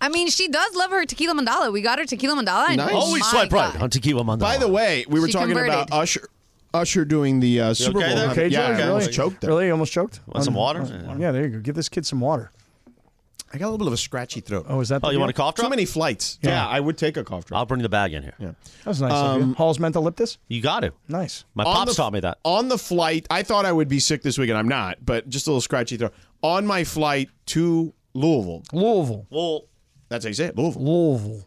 Speaker 4: I mean, she does love her tequila mandala. We got her tequila mandala and
Speaker 2: Nice.
Speaker 1: Always
Speaker 4: my
Speaker 5: Oh
Speaker 1: swipe right
Speaker 4: God.
Speaker 1: on Tequila Mandala.
Speaker 2: By the way, we were
Speaker 4: She
Speaker 2: talking
Speaker 4: converted.
Speaker 2: about Usher. Usher doing the uh, Super
Speaker 1: okay
Speaker 2: Bowl.
Speaker 1: there?
Speaker 2: huh?
Speaker 5: Okay,
Speaker 2: yeah,
Speaker 5: George,
Speaker 2: I
Speaker 5: really?
Speaker 2: almost choked there.
Speaker 5: Really, You almost choked. Um, uh,
Speaker 1: Want some water?
Speaker 5: Yeah, there you go. Give this kid some water.
Speaker 2: I got a little bit of a scratchy throat.
Speaker 5: Oh, is that?
Speaker 1: oh,
Speaker 5: the
Speaker 1: you want a
Speaker 5: deal?
Speaker 1: cough
Speaker 2: Too
Speaker 1: drop?
Speaker 2: many flights. Yeah. I would take a cough drop.
Speaker 1: I'll bring the bag in here.
Speaker 5: That was nice. of you. Hall's mental liptus.
Speaker 1: You got to.
Speaker 5: Nice.
Speaker 1: My
Speaker 2: On
Speaker 1: pops
Speaker 2: the-
Speaker 1: taught me that.
Speaker 2: On the flight, I thought I would be sick this weekend. I'm not, but just a little scratchy throat. On my flight to Louisville,
Speaker 5: Louisville.
Speaker 1: Well,
Speaker 2: that's how you say it, Louisville.
Speaker 5: Louisville.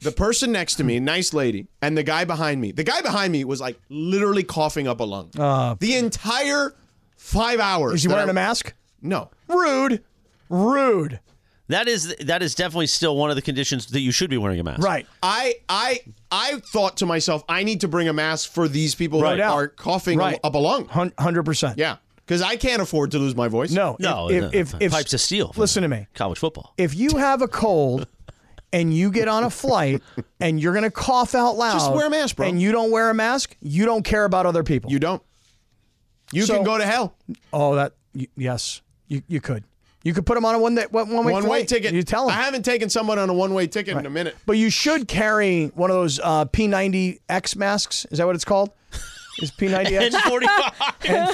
Speaker 2: The person next to me, nice lady, and the guy behind me. The guy behind me was like literally coughing up a lung. the entire five hours.
Speaker 5: Is he
Speaker 2: that
Speaker 5: wearing
Speaker 2: I-
Speaker 5: a mask?
Speaker 2: No.
Speaker 5: Rude. Rude.
Speaker 1: that is that is definitely still one of the conditions that you should be wearing a mask.
Speaker 5: Right.
Speaker 2: I I I thought to myself, I need to bring a mask for these people
Speaker 5: Right.
Speaker 2: that are coughing
Speaker 5: Right.
Speaker 2: up a lung.
Speaker 5: Hun- 100%.
Speaker 2: Yeah, because I can't afford to lose my voice.
Speaker 5: No.
Speaker 1: No,
Speaker 5: If, if, if, if-
Speaker 1: pipes of steel. for
Speaker 5: Listen to me.
Speaker 1: College football.
Speaker 5: If you have a cold and you get on a flight and you're going to cough out loud.
Speaker 2: Just wear a mask, bro.
Speaker 5: And you don't wear a mask, you don't care about other people.
Speaker 2: you don't. You
Speaker 5: So-
Speaker 2: can go to hell.
Speaker 5: oh, that. y yes. You, you could. You could put them on a one that one way
Speaker 2: One way ticket.
Speaker 5: You tell them.
Speaker 2: I haven't taken someone on a one way ticket in a minute.
Speaker 5: But you should carry one of those uh, P90X masks. Is that what it's called? Is
Speaker 1: And
Speaker 5: P90X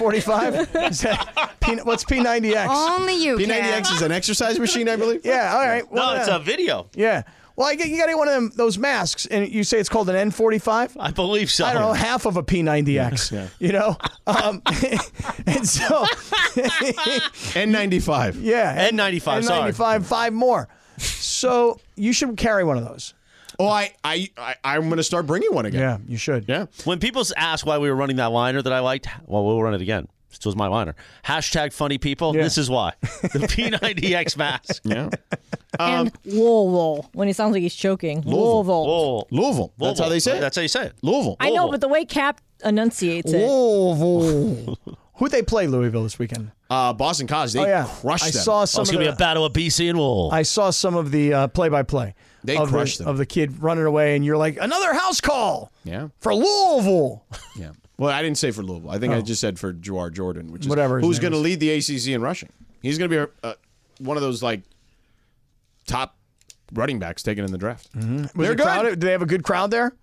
Speaker 1: 45.
Speaker 5: N45? Is that P, what's P90X?
Speaker 4: Only you can.
Speaker 2: P90X is an exercise machine, I believe.
Speaker 5: yeah, all right.
Speaker 1: no,
Speaker 5: Well,
Speaker 1: it's
Speaker 5: yeah.
Speaker 1: a video.
Speaker 5: yeah. Well, I get, you got to get one of them, those masks, and you say it's called an N45.
Speaker 1: I believe so.
Speaker 5: I don't know, half of a P90X, you know? Um, and so,
Speaker 2: N95.
Speaker 5: yeah.
Speaker 1: N95, sorry.
Speaker 5: N95, five more. So you should carry one of those.
Speaker 2: Oh, I, I, I I'm going to start bringing one again.
Speaker 5: Yeah, you should.
Speaker 2: Yeah.
Speaker 1: When people s- ask why we were running that liner that I liked, well, we'll run it again. This was my liner. Hashtag funny people.
Speaker 5: Yeah.
Speaker 1: This is why. The P90X mask.
Speaker 2: Yeah.
Speaker 3: and Um, Louisville when he sounds like he's choking. Louisville.
Speaker 1: Whoa.
Speaker 2: Louisville. That's how they say it.
Speaker 1: That's how you say it.
Speaker 2: Louisville.
Speaker 3: I know,
Speaker 1: Louisville.
Speaker 3: but the way Cap enunciates it.
Speaker 5: Louisville. Who'd they play Louisville this weekend?
Speaker 2: Uh, Boston College. They
Speaker 5: Oh yeah,
Speaker 2: crushed
Speaker 5: I
Speaker 2: them.
Speaker 5: saw some.
Speaker 1: Oh, it's
Speaker 5: of
Speaker 1: going to be
Speaker 5: the,
Speaker 1: a battle of BC and Wool.
Speaker 5: I saw some of the uh, play-by-play.
Speaker 2: They
Speaker 5: of
Speaker 2: crushed
Speaker 5: the,
Speaker 2: them.
Speaker 5: of the kid running away, and you're like, another house call.
Speaker 2: Yeah.
Speaker 5: For Louisville.
Speaker 2: Yeah. Well, I didn't say for Louisville. I think I just said for Juar Jordan, which is
Speaker 5: Oh. Whatever his
Speaker 2: who's
Speaker 5: name
Speaker 2: going to
Speaker 5: is.
Speaker 2: lead the ACC in rushing. He's going to be uh, one of those like top running backs taken in the draft.
Speaker 5: Was
Speaker 2: They're
Speaker 5: it
Speaker 2: good.
Speaker 5: crowded? Do they have a good crowd there?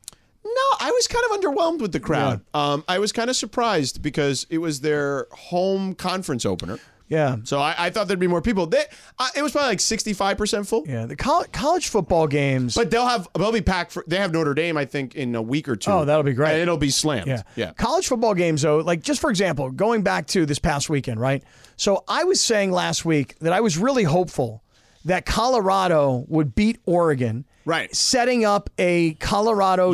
Speaker 2: No, I was kind of underwhelmed with the crowd. Um, I was kind of surprised because it was their home conference opener.
Speaker 5: Yeah.
Speaker 2: So I, I thought there'd be more people. They, I it was probably like sixty-five percent full.
Speaker 5: Yeah, the college, college football games.
Speaker 2: But they'll have they'll be packed for they have Notre Dame I think in a week or two.
Speaker 5: Oh, that'll be great.
Speaker 2: And it'll be slammed.
Speaker 5: Yeah.
Speaker 2: yeah.
Speaker 5: College football games, though, like just for example, going back to this past weekend, right? So I was saying last week that I was really hopeful that Colorado would beat Oregon.
Speaker 2: Right.
Speaker 5: Setting up a Colorado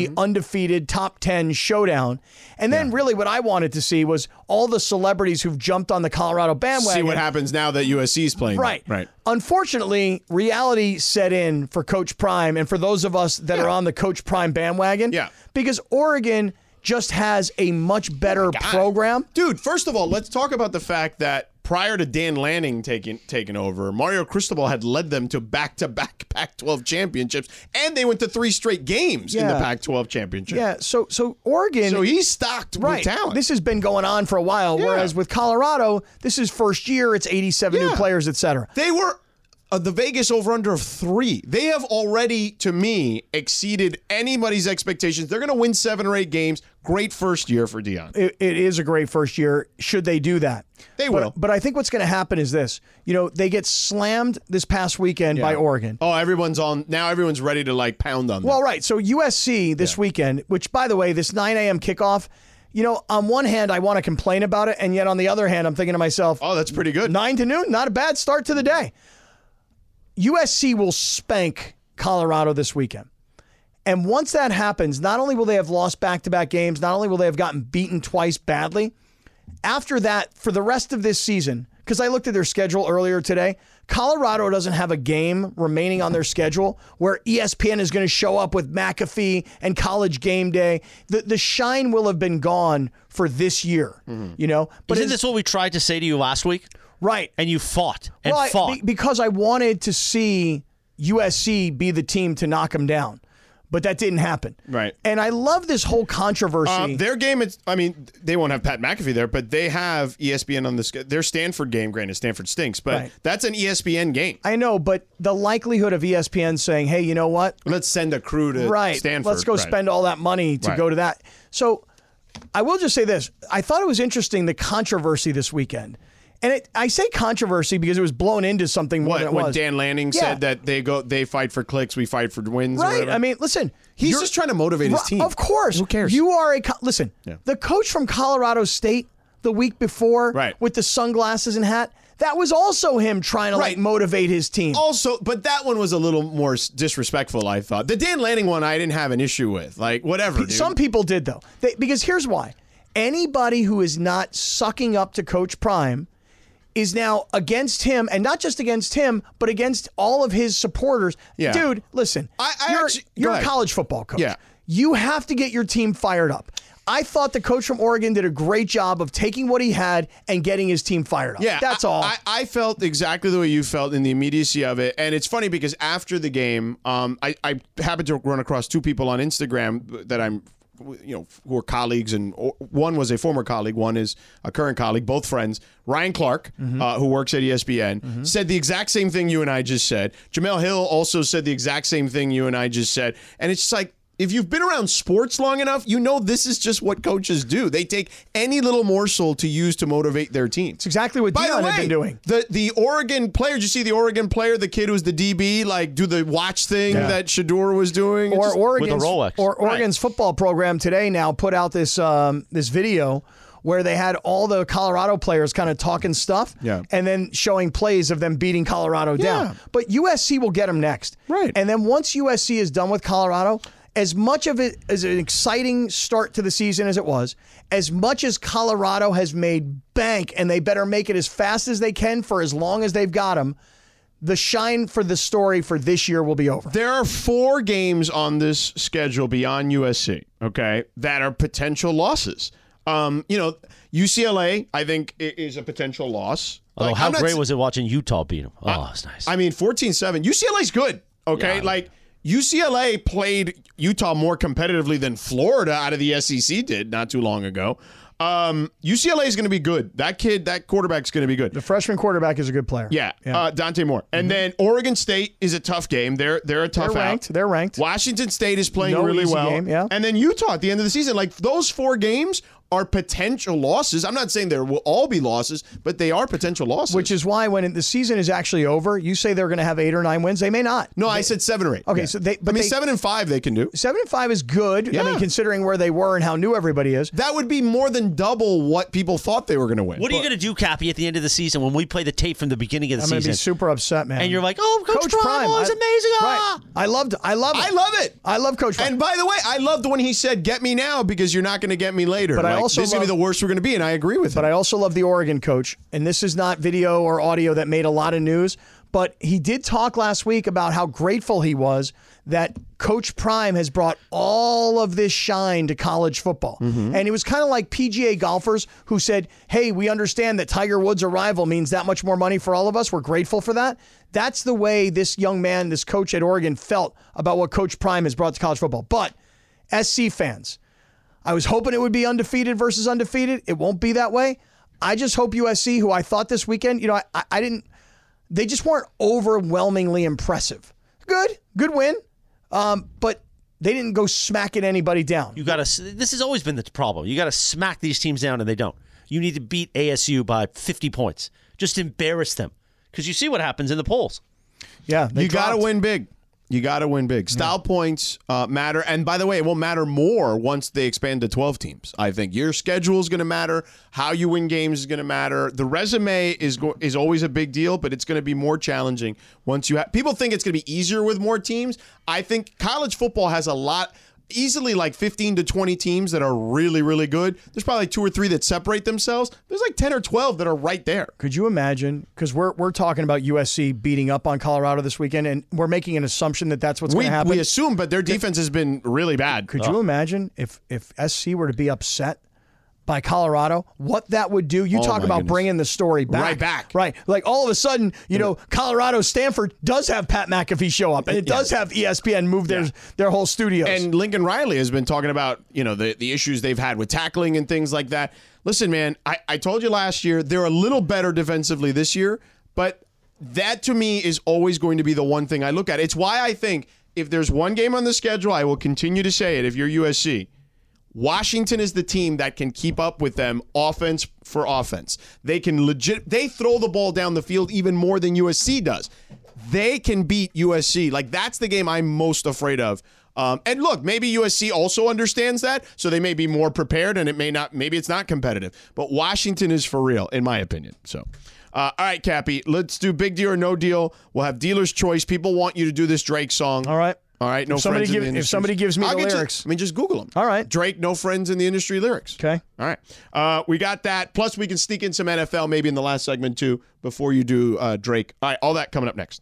Speaker 2: Mm-hmm.
Speaker 5: undefeated top 10 showdown. And then, really, what I wanted to see was all the celebrities who've jumped on the Colorado bandwagon.
Speaker 2: See what happens now that USC's playing.
Speaker 5: Right.
Speaker 2: Right.
Speaker 5: Unfortunately, reality set in for Coach Prime and for those of us that are on the Coach Prime bandwagon.
Speaker 2: Yeah.
Speaker 5: Because Oregon just has a much better program.
Speaker 2: Dude, first of all, let's talk about the fact that prior to Dan Lanning taking taking over, Mario Cristobal had led them to back-to-back Pac-12 championships, and they went to three straight games in the
Speaker 5: Yeah.
Speaker 2: Pac-12 championship.
Speaker 5: Yeah. So so Oregon
Speaker 2: So he's stocked
Speaker 5: right.
Speaker 2: with talent.
Speaker 5: This has been going on for a while. Whereas with Colorado, this is first year, it's 87 new
Speaker 2: Yeah.
Speaker 5: players, et cetera.
Speaker 2: They were uh, the Vegas over under of three. They have already, to me, exceeded anybody's expectations. They're going to win seven or eight games. Great first year for Dion.
Speaker 5: it, it is a great first year. Should they do that?
Speaker 2: They
Speaker 5: But-
Speaker 2: will.
Speaker 5: But, I think what's going to happen is this. You know, they get slammed this past weekend by Oregon.
Speaker 2: Oh, everyone's on now. Everyone's ready to like pound on. Them.
Speaker 5: Well, right. So USC this weekend, which by the way, this 9 a.m. kickoff. You know, on one hand, I want to complain about it, and yet on the other hand, I'm thinking to myself,
Speaker 2: oh, that's pretty good.
Speaker 5: nine to noon, not a bad start to the day. USC will spank Colorado this weekend. And once that happens, not only will they have lost back to back games, not only will they have gotten beaten twice badly, after that, for the rest of this season, because I looked at their schedule earlier today, Colorado doesn't have a game remaining on their schedule where E ESPN is going to show up with McAfee and college game day. The, the shine will have been gone for this year, you know? But
Speaker 1: Isn't
Speaker 5: it's-
Speaker 1: this what we tried to say to you last week?
Speaker 5: right.
Speaker 1: And you fought and
Speaker 5: Well, I-
Speaker 1: fought.
Speaker 5: be- because I wanted to see USC be the team to knock them down, but that didn't happen.
Speaker 2: Right.
Speaker 5: And I love this whole controversy.
Speaker 2: Um, their game, it's, I mean, they won't have Pat McAfee there, but they have E ESPN on this. Their Stanford game, granted, Stanford stinks, but
Speaker 5: Right.
Speaker 2: that's an E ESPN game.
Speaker 5: I know, but the likelihood of E ESPN saying, "Hey, you know what?
Speaker 2: Let's send a crew to
Speaker 5: right.
Speaker 2: Stanford.
Speaker 5: Let's go
Speaker 2: Right.
Speaker 5: spend all that money to
Speaker 2: Right.
Speaker 5: go to that. So I will just say this. I thought it was interesting the controversy this weekend. And it, I say controversy because it was blown into something more
Speaker 2: What,
Speaker 5: than it
Speaker 2: when
Speaker 5: was.
Speaker 2: Dan Lanning
Speaker 5: Yeah.
Speaker 2: said that they go, they fight for clicks, we fight for wins. or
Speaker 5: Right.
Speaker 2: whatever.
Speaker 5: I mean, listen.
Speaker 2: He's
Speaker 5: you're-
Speaker 2: just trying to motivate his
Speaker 5: Ri-
Speaker 2: team.
Speaker 5: Of course. Who cares? You are a co- listen.
Speaker 2: Yeah.
Speaker 5: The coach from Colorado State the week before,
Speaker 2: Right.
Speaker 5: with the sunglasses and hat, that was also him trying to like
Speaker 2: Right. Oh,
Speaker 5: motivate his team.
Speaker 2: also, but that one was a little more s- disrespectful. I thought the Dan Lanning one, I didn't have an issue with. Like whatever. dude.
Speaker 5: Some people did though, they, because here's why: anybody who is not sucking up to Coach Prime is now against him, and not just against him, but against all of his supporters.
Speaker 2: Yeah.
Speaker 5: Dude, listen,
Speaker 2: I- I
Speaker 5: you're,
Speaker 2: actually- go
Speaker 5: you're a
Speaker 2: ahead.
Speaker 5: college football coach.
Speaker 2: Yeah.
Speaker 5: you have to get your team fired up. I thought the coach from Oregon did a great job of taking what he had and getting his team fired up.
Speaker 2: Yeah,
Speaker 5: that's
Speaker 2: I-
Speaker 5: all.
Speaker 2: I, I felt exactly the way you felt in the immediacy of it, and it's funny because after the game, um, I, I happened to run across two people on Instagram that I'm, you know, who are colleagues, and o- one was a former colleague, one is a current colleague, both friends. Ryan Clark,
Speaker 5: Mm-hmm.
Speaker 2: uh, who works at ESPN, said the exact same thing you and I just said. Jamel Hill also said the exact same thing you and I just said, and it's just like. If you've been around sports long enough, you know this is just what coaches do. They take any little morsel to use to motivate their team.
Speaker 5: it's exactly what
Speaker 2: By
Speaker 5: Dion
Speaker 2: the way,
Speaker 5: had been doing.
Speaker 2: the the Oregon player. Did you see the Oregon player, the kid who's the DB, like do the watch thing that Shador was doing? It's
Speaker 5: or
Speaker 2: just-
Speaker 5: Oregon's,
Speaker 1: Rolex.
Speaker 5: or Oregon's football program today now put out this um, this video where they had all the Colorado players kind of talking stuff
Speaker 2: Yeah.
Speaker 5: and then showing plays of them beating Colorado
Speaker 2: Yeah.
Speaker 5: down. But USC will get them next.
Speaker 2: Right.
Speaker 5: And then once USC is done with Colorado, as much of it as an exciting start to the season as it was, as much as Colorado has made bank and they better make it as fast as they can for as long as they've got them, the shine for the story for this year will be over.
Speaker 2: there are four games on this schedule beyond USC. Okay, that are potential losses. Um, you know, UCLA, I think i- is a potential loss.
Speaker 1: Although,
Speaker 2: Like,
Speaker 1: how
Speaker 2: I'm not
Speaker 1: great
Speaker 2: s-
Speaker 1: was it watching Utah beat him? Oh, it's nice.
Speaker 2: I mean, 14 7. UCLA's good. Okay. like, UCLA E played Utah more competitively than Florida out of the SEC did not too long ago. Um, UCLA is going to be good. That kid, that quarterback's going to be good.
Speaker 5: The freshman quarterback is a good player.
Speaker 2: Yeah, Uh, Dante Moore. And then Oregon State is a tough game. They're they're a tough
Speaker 5: They're
Speaker 2: out.
Speaker 5: ranked. They're ranked.
Speaker 2: Washington State is playing
Speaker 5: No
Speaker 2: really
Speaker 5: easy
Speaker 2: well.
Speaker 5: game, yeah.
Speaker 2: And then Utah at the end of the season. Like those four games are potential losses. I'm not saying there will all be losses, but they are potential losses.
Speaker 5: Which is why when the season is actually over, you say they're going to have eight or nine wins. They may not.
Speaker 2: no, I said seven or eight.
Speaker 5: Okay,
Speaker 2: Yeah.
Speaker 5: so they-
Speaker 2: I
Speaker 5: but
Speaker 2: mean
Speaker 5: they-
Speaker 2: seven and five they can do.
Speaker 5: Seven and five is good. I
Speaker 2: Yeah.
Speaker 5: mean, considering where they were and how new everybody is.
Speaker 2: That would be more than double what people thought they were going to win.
Speaker 1: What are you going to do, Cappy, at the end of the season when we play the tape from the beginning of the
Speaker 5: I'm going to
Speaker 1: season?
Speaker 5: be super upset, man.
Speaker 1: And you're like, "Oh, Coach Prime, oh, he's
Speaker 5: I-
Speaker 1: amazing, ah!"
Speaker 5: Right. I loved. I love.
Speaker 2: I love it.
Speaker 5: I love Coach Prime.
Speaker 2: And by the way, I loved when he said, "Get me now because you're not going to get me later."
Speaker 5: But
Speaker 2: Like,
Speaker 5: I also
Speaker 2: this is going to be
Speaker 5: love-
Speaker 2: the worst we're going to be, and I agree with
Speaker 5: But
Speaker 2: him.
Speaker 5: I also love the Oregon coach. And this is not video or audio that made a lot of news, but he did talk last week about how grateful he was that Coach Prime has brought all of this shine to college football. And it was kind of like PGA golfers who said, Hey, we understand that Tiger Woods' arrival means that much more money for all of us. We're grateful for that. That's the way this young man, this coach at Oregon, felt about what Coach Prime has brought to college football. But SC fans, I was hoping it would be undefeated versus undefeated. It won't be that way. I just hope USC, who I thought this weekend, you know, I, I- I didn't, they just weren't overwhelmingly impressive. Good, good win, um, but they didn't go smacking anybody down.
Speaker 1: You got to. This has always been the problem. You got to smack these teams down, and they don't. You need to beat ASU by 50 points. Just embarrass them, because you see what happens in the polls.
Speaker 5: yeah,
Speaker 2: you got to win big. You got to win big. Style points uh, matter, and by the way, it will matter more once they expand to twelve teams. I think your schedule is going to matter. How you win games is going to matter. The resume is go- is always a big deal, but it's going to be more challenging once you have. People think it's going to be easier with more teams. I think college football has a lot. Easily like 15 to 20 teams that are really, really good. There's probably two or three that separate themselves. There's like 10 or 12 that are right there.
Speaker 5: Could you imagine? Because we're we're talking about USC beating up on Colorado this weekend, and we're making an assumption that that's what's going
Speaker 2: We,
Speaker 5: to happen.
Speaker 2: we assume, but their defense has been really bad.
Speaker 5: Could you imagine if if SC were to be upset by Colorado, what that would do? You talk
Speaker 2: Oh my
Speaker 5: about
Speaker 2: goodness.
Speaker 5: bringing the story back,
Speaker 2: Right back.
Speaker 5: right? Like all of a sudden, you know, Colorado Stanford does have Pat McAfee show up, and it does have E ESPN move their their whole studios.
Speaker 2: And Lincoln Riley has been talking about, you know, the, the issues they've had with tackling and things like that. Listen, man, I, I told you last year they're a little better defensively this year, but that to me is always going to be the one thing I look at. It's why I think if there's one game on the schedule, I will continue to say it if you're USC. Washington is the team that can keep up with them offense for offense. They can legit they throw the ball down the field even more than USC does. They can beat USC. Like that's the game I'm most afraid of. Um, and look, maybe USC also understands that, so they may be more prepared, and it may not. Maybe it's not competitive, but Washington is for real, in my opinion. So, uh, all right, Cappy, let's do big deal or no deal. We'll have dealer's choice. People want you to do this Drake song.
Speaker 5: all right,
Speaker 2: all right. No
Speaker 5: If somebody
Speaker 2: friends in
Speaker 5: give-
Speaker 2: the
Speaker 5: if
Speaker 2: industry.
Speaker 5: somebody gives me
Speaker 2: I'll
Speaker 5: the
Speaker 2: get you-
Speaker 5: lyrics.
Speaker 2: I mean, just Google them.
Speaker 5: All right.
Speaker 2: Drake, no friends in the industry lyrics.
Speaker 5: okay.
Speaker 2: All right. Uh, we got that. Plus, we can sneak in some NFL maybe in the last segment too before you do uh, Drake. All right. All that coming up next.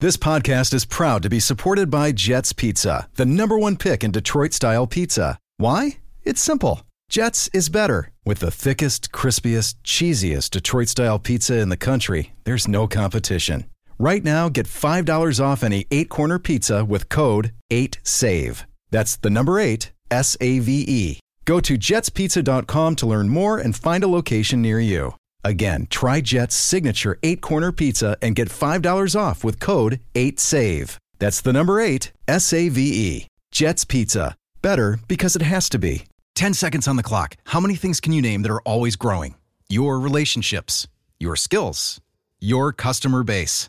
Speaker 8: This podcast is proud to be supported by Jets Pizza, the number one pick in Detroit style pizza. Why? It's simple. Jets is better. With the thickest, crispiest, cheesiest Detroit style pizza in the country, there's no competition. Right now, get $5 off any eight corner pizza with code 8SAVE. That's the number eight, S A V E. Go to jetspizza.com to learn more and find a location near you. Again, try Jet's signature eight corner pizza and get $5 off with code 8SAVE. That's the number eight, S A V E. Jet's Pizza. Better because it has to be. 10 seconds on the clock. How many things can you name that are always growing? Your relationships, your skills, your customer base.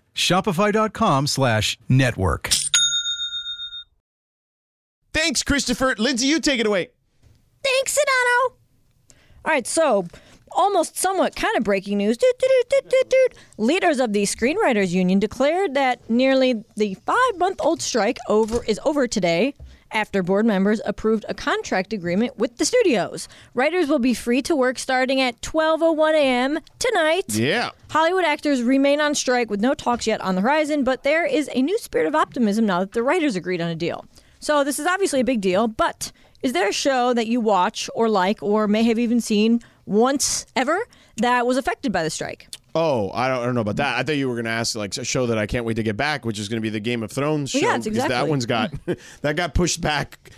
Speaker 8: Shopify.com slash network.
Speaker 2: Thanks, Christopher. Lindsay, you take it away.
Speaker 3: Thanks, Sedano. All right, so almost somewhat kind of breaking news. Doot, doot, doot, doot, doot, doot. Leaders of the Screenwriters Union declared that nearly the five month old strike over is over today after board members approved a contract agreement with the studios. Writers will be free to work starting at 12:01 a.m. tonight.
Speaker 2: Yeah.
Speaker 3: Hollywood actors remain on strike with no talks yet on the horizon, but there is a new spirit of optimism now that the writers agreed on a deal. So this is obviously a big deal, but is there a show that you watch or like or may have even seen once ever that was affected by the strike?
Speaker 2: Oh, I don't, I don't know about that. I thought you were going to ask like a show that I can't wait to get back, which is going to be the Game of Thrones show.
Speaker 3: Well, yeah, it's
Speaker 2: because That
Speaker 3: exactly-
Speaker 2: one's got that got pushed back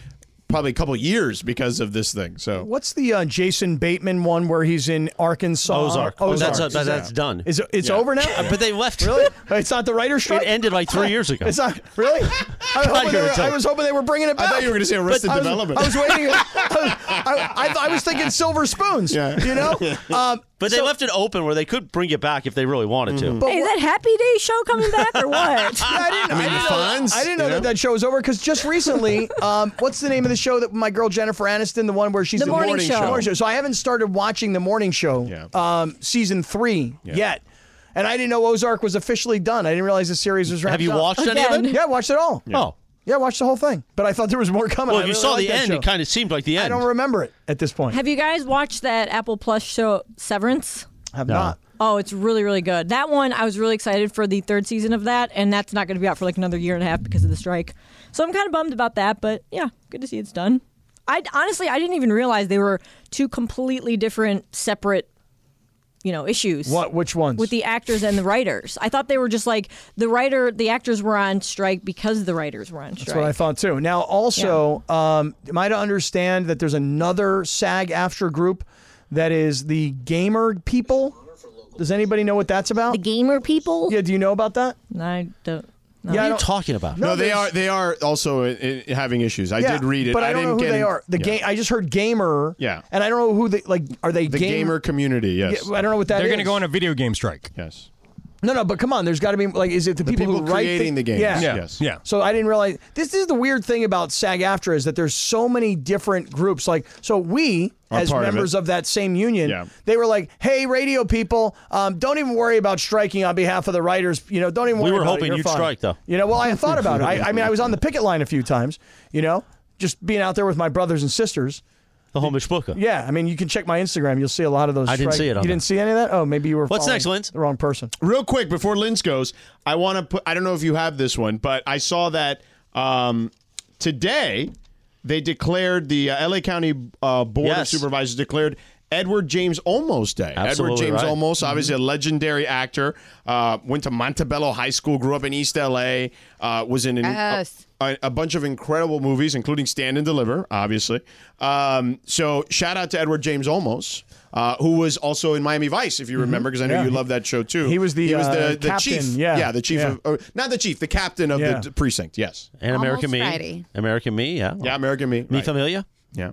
Speaker 2: probably a couple years because of this thing. So
Speaker 5: What's the uh, Jason Bateman one where he's in Arkansas?
Speaker 1: Ozark. Oh,
Speaker 5: Ozark.
Speaker 1: That's, that's, that's done.
Speaker 5: Oh, Is it, it's
Speaker 2: Yeah.
Speaker 5: over now?
Speaker 1: but they left.
Speaker 5: really? It's not the writer's strike.
Speaker 1: It ended like three years ago.
Speaker 5: It's not really. I, was
Speaker 1: thought
Speaker 5: hoping
Speaker 1: you
Speaker 5: they
Speaker 1: were
Speaker 5: were-
Speaker 1: joking.
Speaker 5: I was hoping they were bringing it
Speaker 2: I
Speaker 5: back.
Speaker 2: thought you were going to say Arrested
Speaker 5: I was,
Speaker 2: Development.
Speaker 5: I was waiting. I, I, I, was thinking silver spoons.
Speaker 2: Yeah.
Speaker 5: You know. Um,
Speaker 1: but they left it open where they could bring it back if they really wanted to.
Speaker 5: Mm-hmm.
Speaker 3: Hey, is that Happy Days show coming back or what?
Speaker 5: I didn't. I,
Speaker 2: mean,
Speaker 5: didn't know,
Speaker 2: Fonz,
Speaker 5: I didn't
Speaker 2: you
Speaker 5: know
Speaker 2: know?
Speaker 5: that that show was over because just recently, um, what's the name of the show that my girl Jennifer Aniston, the one where she's
Speaker 3: The
Speaker 5: in
Speaker 3: Morning Show.
Speaker 5: morning show. So I haven't started watching the morning show,
Speaker 2: Yeah.
Speaker 5: um, season three yet, and I didn't know Ozark was officially done. I didn't realize the series was wrapped
Speaker 1: Have you
Speaker 5: up.
Speaker 1: watched any of
Speaker 3: Again.
Speaker 1: it?
Speaker 5: Yeah, I watched it all.
Speaker 1: Oh.
Speaker 5: Yeah, I watched the whole thing, but I thought there was more coming.
Speaker 1: Well,
Speaker 5: I
Speaker 1: if you
Speaker 5: really
Speaker 1: saw
Speaker 5: liked
Speaker 1: the
Speaker 5: that
Speaker 1: end,
Speaker 5: show.
Speaker 1: it kind of seemed like the end.
Speaker 5: I don't remember it at this point.
Speaker 3: Have you guys watched that Apple Plus show Severance?
Speaker 5: Have not.
Speaker 3: Oh, it's really, really good. That one, I was really excited for the third season of that, and that's not going to be out for like another year and a half because of the strike. So I'm kind of bummed about that, but yeah, good to see it's done. I honestly, I didn't even realize they were two completely different, separate, you know, issues.
Speaker 5: What? Which ones?
Speaker 3: With the actors and the writers, I thought they were just like the writer, the actors were on strike because the writers were on strike.
Speaker 5: That's what I thought too. Now, also, um, am I to understand that there's another SAG after group that is the gamer people? Does anybody know what that's about?
Speaker 3: the gamer people.
Speaker 5: Yeah, do you know about that?
Speaker 3: I don't.
Speaker 5: yeah,
Speaker 1: What
Speaker 5: I
Speaker 1: are you
Speaker 5: don't-
Speaker 1: talking about?
Speaker 2: no, they
Speaker 5: there's-
Speaker 2: are they are also i i having issues. I
Speaker 5: yeah,
Speaker 2: did read it,
Speaker 5: but I, don't
Speaker 2: didn't
Speaker 5: know who
Speaker 2: get
Speaker 5: they
Speaker 2: in-
Speaker 5: are. The
Speaker 2: Yeah.
Speaker 5: game. I just heard gamer.
Speaker 2: Yeah.
Speaker 5: and I don't know who they like. Are they
Speaker 2: the gamer community.
Speaker 5: Yeah,
Speaker 2: Yes,
Speaker 5: I don't know what that
Speaker 7: They're
Speaker 5: is.
Speaker 7: going to go on a video game strike.
Speaker 2: yes.
Speaker 5: No, no, but come on. There's got to be like, is it the,
Speaker 2: The people,
Speaker 5: who write
Speaker 2: creating the games.
Speaker 5: Yeah.
Speaker 7: Yeah.
Speaker 2: Yes.
Speaker 7: Yeah.
Speaker 5: So I didn't realize this is the weird thing about SAG-AFTRA is that there's so many different groups. Like, so we
Speaker 2: Are
Speaker 5: as
Speaker 2: part of
Speaker 5: members
Speaker 2: it.
Speaker 5: of, that same union,
Speaker 2: Yeah.
Speaker 5: they were like, "Hey, radio people, um, don't even worry about striking on behalf of the writers. You know, don't even
Speaker 1: We
Speaker 5: worry."
Speaker 1: were
Speaker 5: about it.
Speaker 1: hoping
Speaker 5: You're
Speaker 1: you'd
Speaker 5: fine."
Speaker 1: strike, though.
Speaker 5: You know, well, I thought about it. I, I mean, I was on the picket line a few times. You know, just being out there with my brothers and sisters.
Speaker 1: The Homish Booker.
Speaker 5: Yeah, I mean, you can check my Instagram. You'll see a lot of those.
Speaker 1: I didn't
Speaker 5: strike-
Speaker 1: see it on
Speaker 5: you
Speaker 1: there.
Speaker 5: didn't see any of that. Oh, maybe you were.
Speaker 1: What's
Speaker 5: following
Speaker 1: next, Linz?
Speaker 5: The wrong person.
Speaker 2: Real quick before Linz goes, I want to put. I don't know if you have this one, but I saw that um, today they declared the uh, L.A. County uh, Board
Speaker 1: Yes.
Speaker 2: of Supervisors declared Edward James Olmos Day.
Speaker 1: Absolutely
Speaker 2: Edward James
Speaker 1: right. Mm-hmm.
Speaker 2: Olmos, obviously a legendary actor, uh, went to Montebello High School, grew up in East L.A., uh, was in an,
Speaker 4: Yes.
Speaker 2: a, a bunch of incredible movies, including Stand and Deliver, obviously. Um, so shout out to Edward James Olmos. Uh, who was also in Miami Vice, if you
Speaker 1: Mm-hmm.
Speaker 2: remember, because I know
Speaker 5: Yeah.
Speaker 2: you love that show too.
Speaker 5: He was the, uh, captain,
Speaker 2: chief.
Speaker 5: yeah,
Speaker 2: the chief
Speaker 5: yeah.
Speaker 2: of or, not the chief, the captain of
Speaker 5: Yeah.
Speaker 2: the d- precinct. Yes.
Speaker 1: And American
Speaker 4: Almost
Speaker 1: Me.
Speaker 4: Friday.
Speaker 1: American Me, yeah.
Speaker 2: Yeah, American Me.
Speaker 1: Me
Speaker 2: Right.
Speaker 1: Familia?
Speaker 2: Yeah.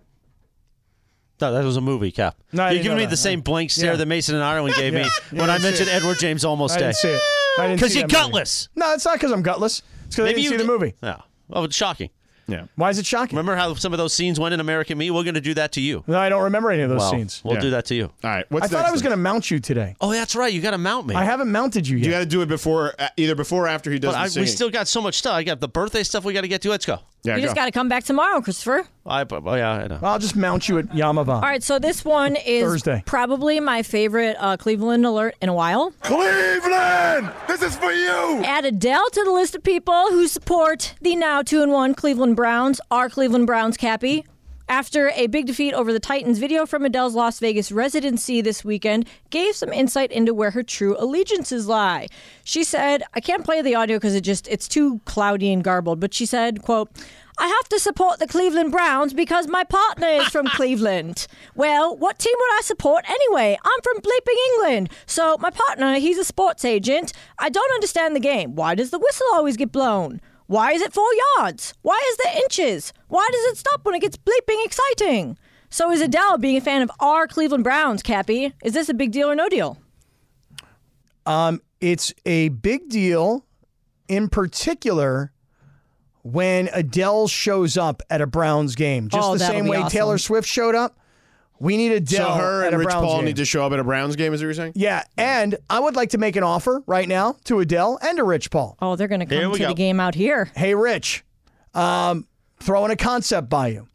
Speaker 1: No, that was a movie, Cap.
Speaker 5: No, I
Speaker 1: You're
Speaker 5: didn't
Speaker 1: giving
Speaker 5: know
Speaker 1: me
Speaker 5: that.
Speaker 1: the same blank stare
Speaker 5: Yeah.
Speaker 1: that Mason and Ireland gave me
Speaker 5: Yeah,
Speaker 1: when I
Speaker 5: I didn't see
Speaker 1: mentioned
Speaker 5: it.
Speaker 1: Edward James Almost
Speaker 5: I
Speaker 1: Day.
Speaker 5: didn't see it. I didn't
Speaker 1: Because
Speaker 5: see
Speaker 1: you're
Speaker 5: that movie.
Speaker 1: gutless.
Speaker 5: No, it's not because I'm gutless. It's because I didn't see the movie.
Speaker 1: Yeah. Oh, it's shocking.
Speaker 2: Yeah.
Speaker 5: Why is it shocking?
Speaker 1: Remember how some of those scenes went in American Me? We're going to do that to you.
Speaker 5: no, I don't remember any of those
Speaker 1: Wow.
Speaker 5: scenes.
Speaker 1: We'll
Speaker 2: Yeah.
Speaker 1: do that to you.
Speaker 2: All right. What's
Speaker 5: I thought
Speaker 2: next
Speaker 5: I was
Speaker 2: then?
Speaker 5: going to mount you today.
Speaker 1: Oh, that's right. You got to mount me.
Speaker 5: I haven't mounted you yet.
Speaker 2: You got to do it before, uh, either before or after he does
Speaker 1: but
Speaker 2: the
Speaker 1: I, we
Speaker 2: singing.
Speaker 1: still got so much stuff. I got the birthday stuff we got to get to. Let's go.
Speaker 2: Yeah.
Speaker 3: You just
Speaker 2: go.
Speaker 3: got to come back tomorrow, Christopher.
Speaker 1: I, oh, yeah, I know.
Speaker 5: I'll just mount you at Yamava.
Speaker 3: All right, so this one is
Speaker 5: Thursday.
Speaker 3: probably my favorite uh, Cleveland alert in a while.
Speaker 2: Cleveland, this is for you.
Speaker 3: Add Adele to the list of people who support the now 2 and 1 Cleveland Browns, our Cleveland Browns Cappy. After a big defeat over the Titans, video from Adele's Las Vegas residency this weekend gave some insight into where her true allegiances lie. She said, I can't play the audio because it just it's too cloudy and garbled, but she said, quote, I have to support the Cleveland Browns because my partner is from Cleveland. Well, what team would I support anyway? I'm from bleeping England. So my partner, he's a sports agent. I don't understand the game. Why does the whistle always get blown? Why is it four yards? Why is there inches? Why does it stop when it gets bleeping exciting? So is Adele being a fan of our Cleveland Browns, Cappy? Is this a big deal or no deal?
Speaker 5: It's a big deal, in particular, when Adele shows up at a Browns game. Just
Speaker 3: Oh,
Speaker 5: the
Speaker 3: that'll
Speaker 5: same
Speaker 3: be
Speaker 5: way
Speaker 3: awesome.
Speaker 5: Taylor Swift showed up. We need
Speaker 2: So
Speaker 5: Adele
Speaker 2: her
Speaker 5: at
Speaker 2: and
Speaker 5: a
Speaker 2: Rich
Speaker 5: Browns
Speaker 2: Paul
Speaker 5: game.
Speaker 2: need to show up at a Browns game. Is what you're saying?
Speaker 5: yeah, and I would like to make an offer right now to Adele and to Rich Paul.
Speaker 3: Oh, they're going to
Speaker 1: There
Speaker 3: come
Speaker 1: we
Speaker 3: to
Speaker 1: go.
Speaker 3: the game out here.
Speaker 5: Hey, Rich, um, throwing a concept by you.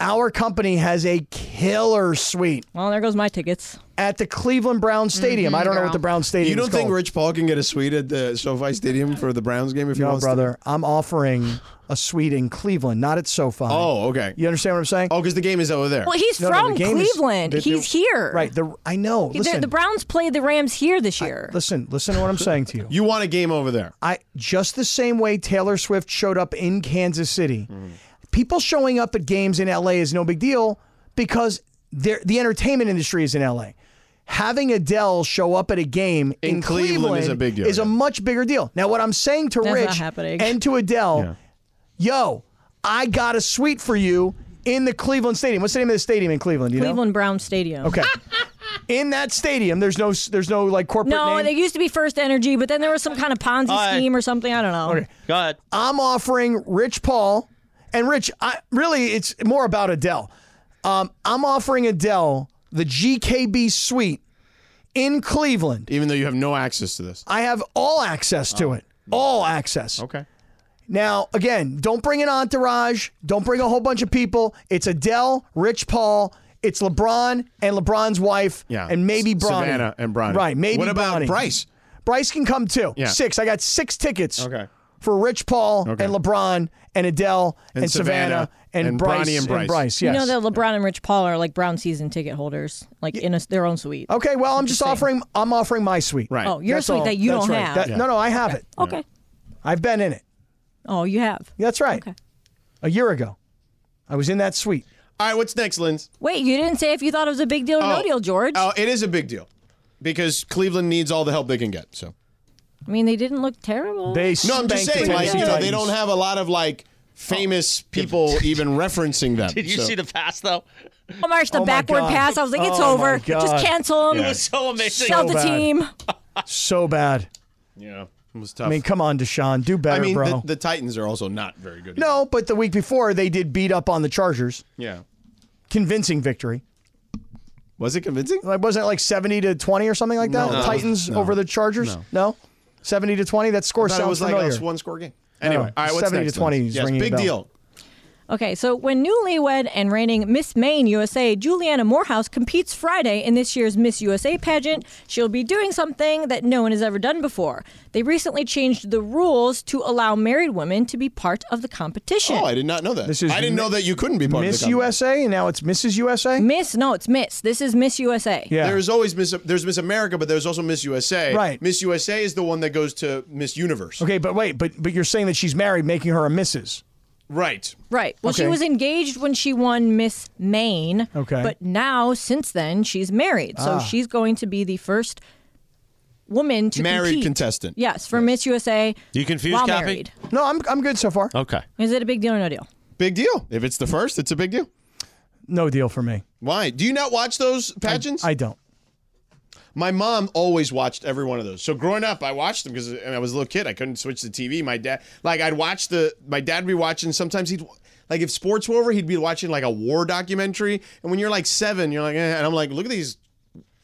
Speaker 5: Our company has a killer suite
Speaker 3: Well, there goes my tickets.
Speaker 5: at the Cleveland Browns Stadium. I don't know what
Speaker 4: girl.
Speaker 5: the Browns Stadium.
Speaker 2: Mm-hmm. You
Speaker 5: is
Speaker 2: don't think
Speaker 5: called.
Speaker 2: Rich Paul can get a suite at the SoFi Stadium for the Browns game if he
Speaker 5: No,
Speaker 2: wants
Speaker 5: brother. I'm offering a suite in Cleveland, not at SoFi.
Speaker 2: to? Oh, okay.
Speaker 5: you understand what I'm saying?
Speaker 2: Oh, because the game is over there.
Speaker 3: Well, he's
Speaker 5: No, no,
Speaker 3: from
Speaker 5: the game is-
Speaker 3: Cleveland.
Speaker 5: they- they-
Speaker 3: he's here.
Speaker 5: Right. The, I know.
Speaker 3: He-
Speaker 5: listen,
Speaker 3: The, the Browns played the Rams here this year.
Speaker 5: listen, listen to what I'm saying to you.
Speaker 2: you want a game over there.
Speaker 5: I just the same way Taylor Swift showed up in Kansas City. People showing up at games in LA is no big deal because they're- the entertainment industry is in LA. Having Adele show up at a game in,
Speaker 2: In Cleveland is a big deal,
Speaker 5: Is a
Speaker 2: yeah.
Speaker 5: much bigger deal. Now, what I'm saying to
Speaker 3: That's not
Speaker 5: Rich
Speaker 3: happening.
Speaker 5: and to Adele, yo, I got a suite for you in the Cleveland Stadium. What's the name of the stadium in Cleveland? You know?
Speaker 3: Cleveland Browns Stadium.
Speaker 5: Okay. in that stadium, there's no there's no like corporate
Speaker 3: No,
Speaker 5: name.
Speaker 3: they used to be First Energy, but then there was some kind of Ponzi
Speaker 1: right.
Speaker 3: scheme or something. I don't know.
Speaker 1: Go ahead.
Speaker 5: I'm offering Rich Paul and Rich. I, really, it's more about Adele. Um, I'm offering Adele the GKB suite in Cleveland.
Speaker 2: Even though you have no access to this.
Speaker 5: I have all access to it. All access.
Speaker 2: Okay.
Speaker 5: Now, again, don't bring an entourage. Don't bring a whole bunch of people. It's Adele, Rich Paul. It's LeBron and LeBron's wife,
Speaker 2: Yeah.
Speaker 5: and maybe
Speaker 2: S-
Speaker 5: Bronny.
Speaker 2: Savannah and Bronny.
Speaker 5: Right, maybe
Speaker 2: What about
Speaker 5: Bronny.
Speaker 2: Bryce?
Speaker 5: Bryce can come too.
Speaker 2: Yeah.
Speaker 5: Six. I got six tickets.
Speaker 2: Okay.
Speaker 5: For Rich Paul
Speaker 2: Okay.
Speaker 5: and LeBron and Adele and,
Speaker 2: And
Speaker 5: Savannah,
Speaker 2: Savannah
Speaker 5: and,
Speaker 2: and
Speaker 5: Bryce
Speaker 2: Bronny and Bryce.
Speaker 5: yes.
Speaker 3: You know that LeBron and Rich Paul are like Brown season ticket holders, like in a, their own suite.
Speaker 5: okay. Well, I'm just
Speaker 3: Interesting.
Speaker 5: offering. I'm offering my suite.
Speaker 2: Right.
Speaker 3: Oh, your
Speaker 5: That's
Speaker 3: suite
Speaker 5: all.
Speaker 3: that you
Speaker 5: That's
Speaker 3: don't
Speaker 5: right.
Speaker 3: have.
Speaker 5: That- No, no, I have it.
Speaker 3: Okay.
Speaker 5: I've been in it.
Speaker 3: Oh, you have.
Speaker 5: That's right.
Speaker 3: Okay.
Speaker 5: A year ago, I was in that suite.
Speaker 2: All right, what's next, Linz?
Speaker 3: Wait, you didn't say if you thought it was a big deal or no deal, George.
Speaker 2: Oh, it is a big deal because Cleveland needs all the help they can get. So
Speaker 3: I mean, they didn't look terrible.
Speaker 5: They
Speaker 2: no, I'm just
Speaker 5: spanked the
Speaker 2: saying, like,
Speaker 5: Tennessee
Speaker 2: you know, they
Speaker 5: Titans.
Speaker 2: don't have a lot of like famous people even referencing them.
Speaker 1: Did you
Speaker 2: so-
Speaker 1: see the pass though?
Speaker 3: Oh, Marsh, the
Speaker 5: Oh, my
Speaker 3: backward
Speaker 5: God.
Speaker 3: pass. I was like, it's
Speaker 5: Oh, my
Speaker 3: over.
Speaker 5: God.
Speaker 3: Just cancel him.
Speaker 1: It was so Oh, amazing.
Speaker 3: Sell the
Speaker 5: bad.
Speaker 3: team.
Speaker 5: so bad.
Speaker 2: Yeah, it was tough.
Speaker 5: I mean, come on, Deshaun, do better, bro.
Speaker 2: the, the Titans are also not very good.
Speaker 5: no, but the week before they did beat up on the Chargers,
Speaker 2: Yeah.
Speaker 5: convincing victory.
Speaker 2: Was it convincing?
Speaker 5: Like wasn't it like seventy to twenty or something like that?
Speaker 2: No,
Speaker 5: Titans
Speaker 2: no,
Speaker 5: over the Chargers. No. seventy to twenty. That score
Speaker 2: I thought
Speaker 5: sounds
Speaker 2: it was
Speaker 5: familiar.
Speaker 2: like a one score game. Anyway, all right, what's
Speaker 5: 70 to
Speaker 2: next,
Speaker 5: 20
Speaker 2: Linz?
Speaker 5: is
Speaker 2: Yes,
Speaker 5: ringing a
Speaker 2: big
Speaker 5: bell.
Speaker 2: deal.
Speaker 3: Okay, so when newlywed and reigning Miss Maine USA Juliana Morehouse competes Friday in this year's Miss USA pageant, she'll be doing something that no one has ever done before. They recently changed the rules to allow married women to be part of the competition.
Speaker 2: Oh, I did not know that.
Speaker 5: This is
Speaker 2: I didn't know that you couldn't be part of
Speaker 5: Miss
Speaker 2: the company.
Speaker 5: USA, and now it's Mrs. USA.
Speaker 3: Miss, no, it's Miss. This is Miss USA.
Speaker 5: yeah,
Speaker 2: There's always Miss there's Miss America, but there's also Miss USA.
Speaker 5: Right.
Speaker 2: Miss USA is the one that goes to Miss Universe.
Speaker 5: okay, but wait, but but you're saying that she's married, making her a Mrs.
Speaker 2: Right.
Speaker 3: Right. Well, she
Speaker 5: Okay.
Speaker 3: was engaged when she won Miss Maine.
Speaker 5: Okay.
Speaker 3: But now, since then, she's married. So she's going to be the first woman to
Speaker 2: Married
Speaker 3: compete.
Speaker 2: contestant.
Speaker 3: Yes, for Miss USA.
Speaker 1: You confused,
Speaker 3: while
Speaker 1: Kathy?
Speaker 3: married.
Speaker 5: No, I'm I'm good so far.
Speaker 1: Okay.
Speaker 3: Is it a big deal or no deal?
Speaker 2: Big deal. If it's the first, it's a big deal.
Speaker 5: No deal for me.
Speaker 2: Why? Do you not watch those pageants?
Speaker 5: I don't.
Speaker 2: My mom always watched every one of those. So growing up, I watched them because when I was a little kid, I couldn't switch the TV. My dad, like, I'd watch the. My dad would be watching. Sometimes he'd, like, if sports were over, he'd be watching like a war documentary. And when you're like seven, you're like, eh. and I'm like, look at these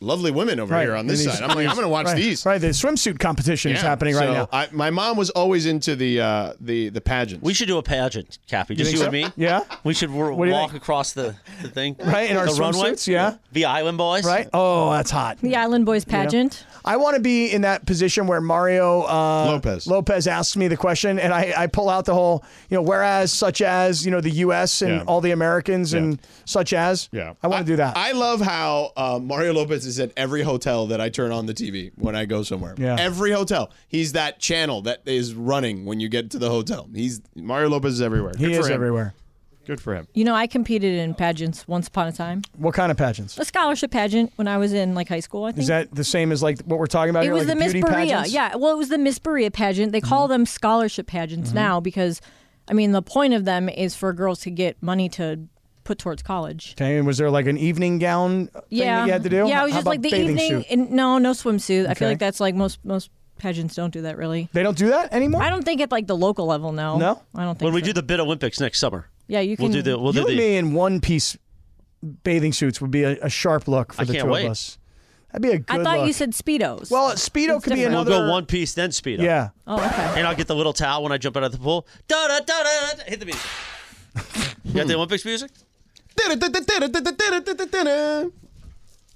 Speaker 2: lovely women over
Speaker 5: Right.
Speaker 2: here on
Speaker 5: And
Speaker 2: this
Speaker 5: these-
Speaker 2: side. I'm like, I'm gonna watch
Speaker 5: right,
Speaker 2: these.
Speaker 5: Right, the swimsuit competition is
Speaker 2: Yeah.
Speaker 5: happening right
Speaker 2: So
Speaker 5: now.
Speaker 2: I, my mom was always into the uh, the the pageants.
Speaker 1: We should do a pageant, Cappy. Just you,
Speaker 5: think
Speaker 1: and me.
Speaker 5: so? Yeah.
Speaker 1: We should w-
Speaker 5: do you
Speaker 1: walk
Speaker 5: think?
Speaker 1: across the, the thing.
Speaker 5: Right, in our
Speaker 1: the runway.
Speaker 5: swimsuits, yeah.
Speaker 1: Be Island Boys.
Speaker 5: right. Oh, that's hot.
Speaker 3: The Island Boys pageant.
Speaker 5: I want to be in that position where Mario uh,
Speaker 2: Lopez.
Speaker 5: Lopez asks me the question, and I, I pull out the whole, you know, whereas, such as, you know, the U.S. and
Speaker 2: Yeah.
Speaker 5: all the Americans and such as.
Speaker 2: Yeah,
Speaker 5: I want to do that.
Speaker 2: I love how uh, Mario Lopez is at every hotel that I turn on the TV when I go somewhere.
Speaker 5: Yeah.
Speaker 2: every hotel. He's that channel that is running when you get to the hotel. He's Mario Lopez is everywhere. Good
Speaker 5: he
Speaker 2: for
Speaker 5: is
Speaker 2: him.
Speaker 5: everywhere.
Speaker 2: Good for him.
Speaker 3: You know, I competed in pageants once upon a time.
Speaker 5: What kind of pageants?
Speaker 3: A scholarship pageant when I was in like high school, I think.
Speaker 5: Is that the same as like what we're talking about
Speaker 3: it
Speaker 5: here?
Speaker 3: was
Speaker 5: like
Speaker 3: the Miss
Speaker 5: beauty
Speaker 3: Berea.
Speaker 5: pageants? Mm-hmm.
Speaker 3: Yeah, well, it was the Miss Berea pageant. They call them scholarship pageants now because, I mean, the point of them is for girls to get money to put towards college.
Speaker 5: Okay, and was there like an evening gown thing that you had to do?
Speaker 3: Yeah, it was
Speaker 5: How
Speaker 3: just
Speaker 5: about
Speaker 3: like the
Speaker 5: bathing
Speaker 3: evening.
Speaker 5: suit?
Speaker 3: And no, no swimsuit. I feel
Speaker 5: Okay.
Speaker 3: like that's like most most pageants don't do that really.
Speaker 5: They don't do that anymore?
Speaker 3: I don't think at like the local level. No,
Speaker 5: No?
Speaker 3: I don't think.
Speaker 1: When we
Speaker 3: so.
Speaker 1: do the Bid Olympics next summer.
Speaker 3: yeah, you can.
Speaker 1: We'll do the we'll
Speaker 5: you
Speaker 1: do
Speaker 5: and
Speaker 1: the
Speaker 5: me in one piece bathing suits would be a, a sharp look for
Speaker 1: I
Speaker 5: the
Speaker 1: can't
Speaker 5: two
Speaker 1: wait.
Speaker 5: of us. That'd be a good
Speaker 3: I thought
Speaker 5: look.
Speaker 3: you said speedos.
Speaker 5: Well, Speedo
Speaker 3: It's
Speaker 5: could be
Speaker 3: different.
Speaker 1: We'll
Speaker 5: another.
Speaker 1: go one piece then speed up.
Speaker 5: Yeah.
Speaker 3: oh, okay.
Speaker 1: And I'll get the little towel when I jump out of the pool. Da da da da. da, Hit the beat. You got the
Speaker 2: Hmm.
Speaker 1: Olympics music?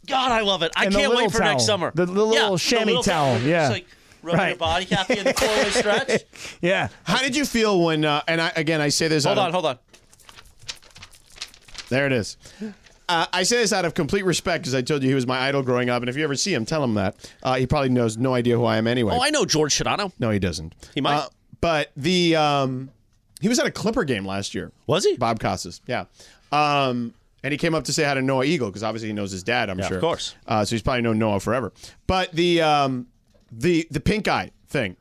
Speaker 1: God, I love it. I
Speaker 5: And the
Speaker 1: can't
Speaker 5: little
Speaker 1: wait for next
Speaker 5: towel.
Speaker 1: summer.
Speaker 5: The- the little chamois towel,
Speaker 1: Just,
Speaker 5: yeah.
Speaker 1: like rubbing
Speaker 5: Right.
Speaker 1: your body happy in the four-way stretch.
Speaker 5: Yeah.
Speaker 2: How did you feel when? Uh, and I, again, I say this.
Speaker 1: Hold
Speaker 2: out
Speaker 1: on,
Speaker 2: of,
Speaker 1: hold on.
Speaker 2: There it is. Uh, I say this out of complete respect because I told you he was my idol growing up, and if you ever see him, tell him that. Uh, he probably knows no idea who I am anyway.
Speaker 1: Oh, I know George Shadano.
Speaker 2: no, he doesn't.
Speaker 1: He might.
Speaker 2: Uh, but the um, he was at a Clipper game last year.
Speaker 1: Was he?
Speaker 2: Bob Costas. Yeah. Um, and he came up to say hi to Noah Eagle because obviously he knows his dad. I'm
Speaker 1: Yeah, of
Speaker 2: sure.
Speaker 1: course.
Speaker 2: Uh, so he's probably known Noah forever. But the um, the the pink eye thing.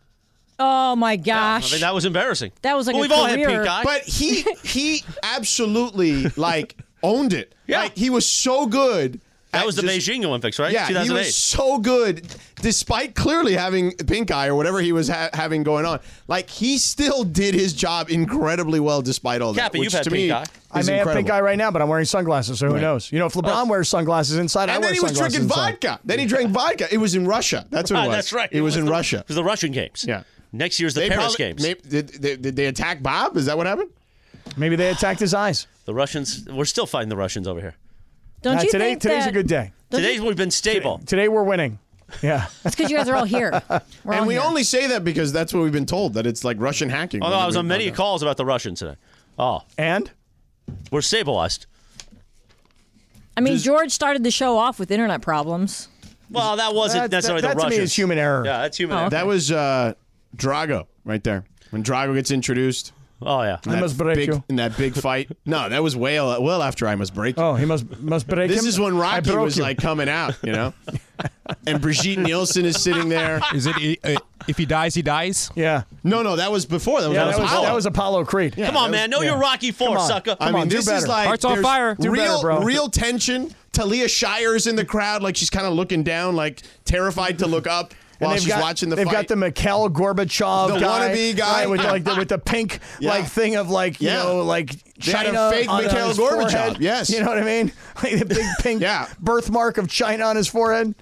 Speaker 3: Oh my
Speaker 1: I
Speaker 3: gosh.
Speaker 1: mean, that was embarrassing.
Speaker 3: That was like
Speaker 1: well,
Speaker 3: a
Speaker 1: we've all had
Speaker 3: career-
Speaker 1: pink eye.
Speaker 2: But he he absolutely like owned it.
Speaker 1: Yeah.
Speaker 2: Like, he was so good.
Speaker 1: that
Speaker 2: at
Speaker 1: was the
Speaker 2: just-
Speaker 1: Beijing Olympics, right?
Speaker 2: Yeah, he
Speaker 1: 2008.
Speaker 2: was so good, despite clearly having pink eye or whatever he was ha- having going on. Like he still did his job incredibly well, despite all
Speaker 1: Cappy,
Speaker 2: that. Which
Speaker 1: you've had
Speaker 2: to
Speaker 1: pink
Speaker 2: me
Speaker 1: eye.
Speaker 2: is
Speaker 5: I may have
Speaker 2: incredible. Oh.
Speaker 5: pink eye right now, but I'm wearing sunglasses, so who knows? You know, if LeBron wears sunglasses inside, I
Speaker 2: And
Speaker 5: wear
Speaker 2: then he was
Speaker 5: sunglasses
Speaker 2: drinking
Speaker 5: inside.
Speaker 2: vodka. Then he drank vodka. It was in Russia. That's what
Speaker 1: Ah,
Speaker 2: it was.
Speaker 1: that's right.
Speaker 2: It, was, in
Speaker 1: the-
Speaker 2: Russia.
Speaker 1: It was the Russian games.
Speaker 2: Yeah.
Speaker 1: Next year's the
Speaker 2: They
Speaker 1: Paris
Speaker 2: probably-
Speaker 1: games. Oh,
Speaker 2: may- did, did- did they attack Bob? Is that what happened?
Speaker 5: Maybe they attacked his eyes.
Speaker 1: The Russians. We're still fighting the Russians over here.
Speaker 3: Don't
Speaker 5: Uh,
Speaker 3: you
Speaker 5: today,
Speaker 3: think
Speaker 5: today's
Speaker 3: that
Speaker 5: a good day.
Speaker 1: Today we've been stable.
Speaker 5: Today we're winning. Yeah.
Speaker 3: It's because you guys are all here. We're all
Speaker 2: and we
Speaker 3: here.
Speaker 2: only say that because that's what we've been told that it's like Russian hacking.
Speaker 1: Although I was on many
Speaker 2: calls.
Speaker 1: calls about the Russians today. Oh,
Speaker 5: and
Speaker 1: we're stabilized.
Speaker 3: I mean, George started the show off with internet problems.
Speaker 1: Well, that wasn't
Speaker 5: That's-
Speaker 1: necessarily
Speaker 5: that-
Speaker 1: the
Speaker 5: that to me
Speaker 1: Russians.
Speaker 5: is human error.
Speaker 1: Yeah, that's human error.
Speaker 2: That was uh, Drago right there. When Drago gets introduced,
Speaker 1: oh yeah.
Speaker 5: I
Speaker 2: that
Speaker 5: must break
Speaker 2: big,
Speaker 5: you.
Speaker 2: in that big fight. No, that was well, well after I must break. You.
Speaker 5: Oh, he must must break
Speaker 2: this
Speaker 5: him.
Speaker 2: is when
Speaker 5: I
Speaker 2: Rocky
Speaker 5: broke
Speaker 2: was
Speaker 5: you.
Speaker 2: like coming out, you know. and Brigitte Nielsen is sitting there.
Speaker 7: Is it uh, if he dies, he dies?
Speaker 5: yeah,
Speaker 2: No, no, that was before. That was,
Speaker 5: yeah, that
Speaker 2: that
Speaker 5: was
Speaker 2: Apollo.
Speaker 5: that was Apollo Creed.
Speaker 1: Come on, man. Know your Rocky Four,
Speaker 5: on.
Speaker 1: sucker.
Speaker 2: I
Speaker 5: Come
Speaker 2: mean,
Speaker 5: on, do
Speaker 2: this is
Speaker 5: better.
Speaker 2: like
Speaker 7: Hearts on
Speaker 2: there's
Speaker 7: fire. Do
Speaker 5: better,
Speaker 2: Real,
Speaker 5: bro.
Speaker 2: real tension. Talia Shire's in the crowd, like she's kind of looking down, like terrified to look up while
Speaker 5: they've
Speaker 2: she's
Speaker 5: got,
Speaker 2: watching the
Speaker 5: they've
Speaker 2: fight.
Speaker 5: got the Mikhail Gorbachev
Speaker 2: The
Speaker 5: guy,
Speaker 2: wannabe guy.
Speaker 5: right, with like the, with the pink
Speaker 2: Yeah.
Speaker 5: like thing of like you
Speaker 2: Yeah.
Speaker 5: know like
Speaker 2: They had a
Speaker 5: China
Speaker 2: fake
Speaker 5: on
Speaker 2: Mikhail
Speaker 5: his
Speaker 2: Gorbachev,
Speaker 5: forehead.
Speaker 2: yes.
Speaker 5: you know what I mean, like the big pink
Speaker 2: Yeah.
Speaker 5: birthmark of China on his forehead.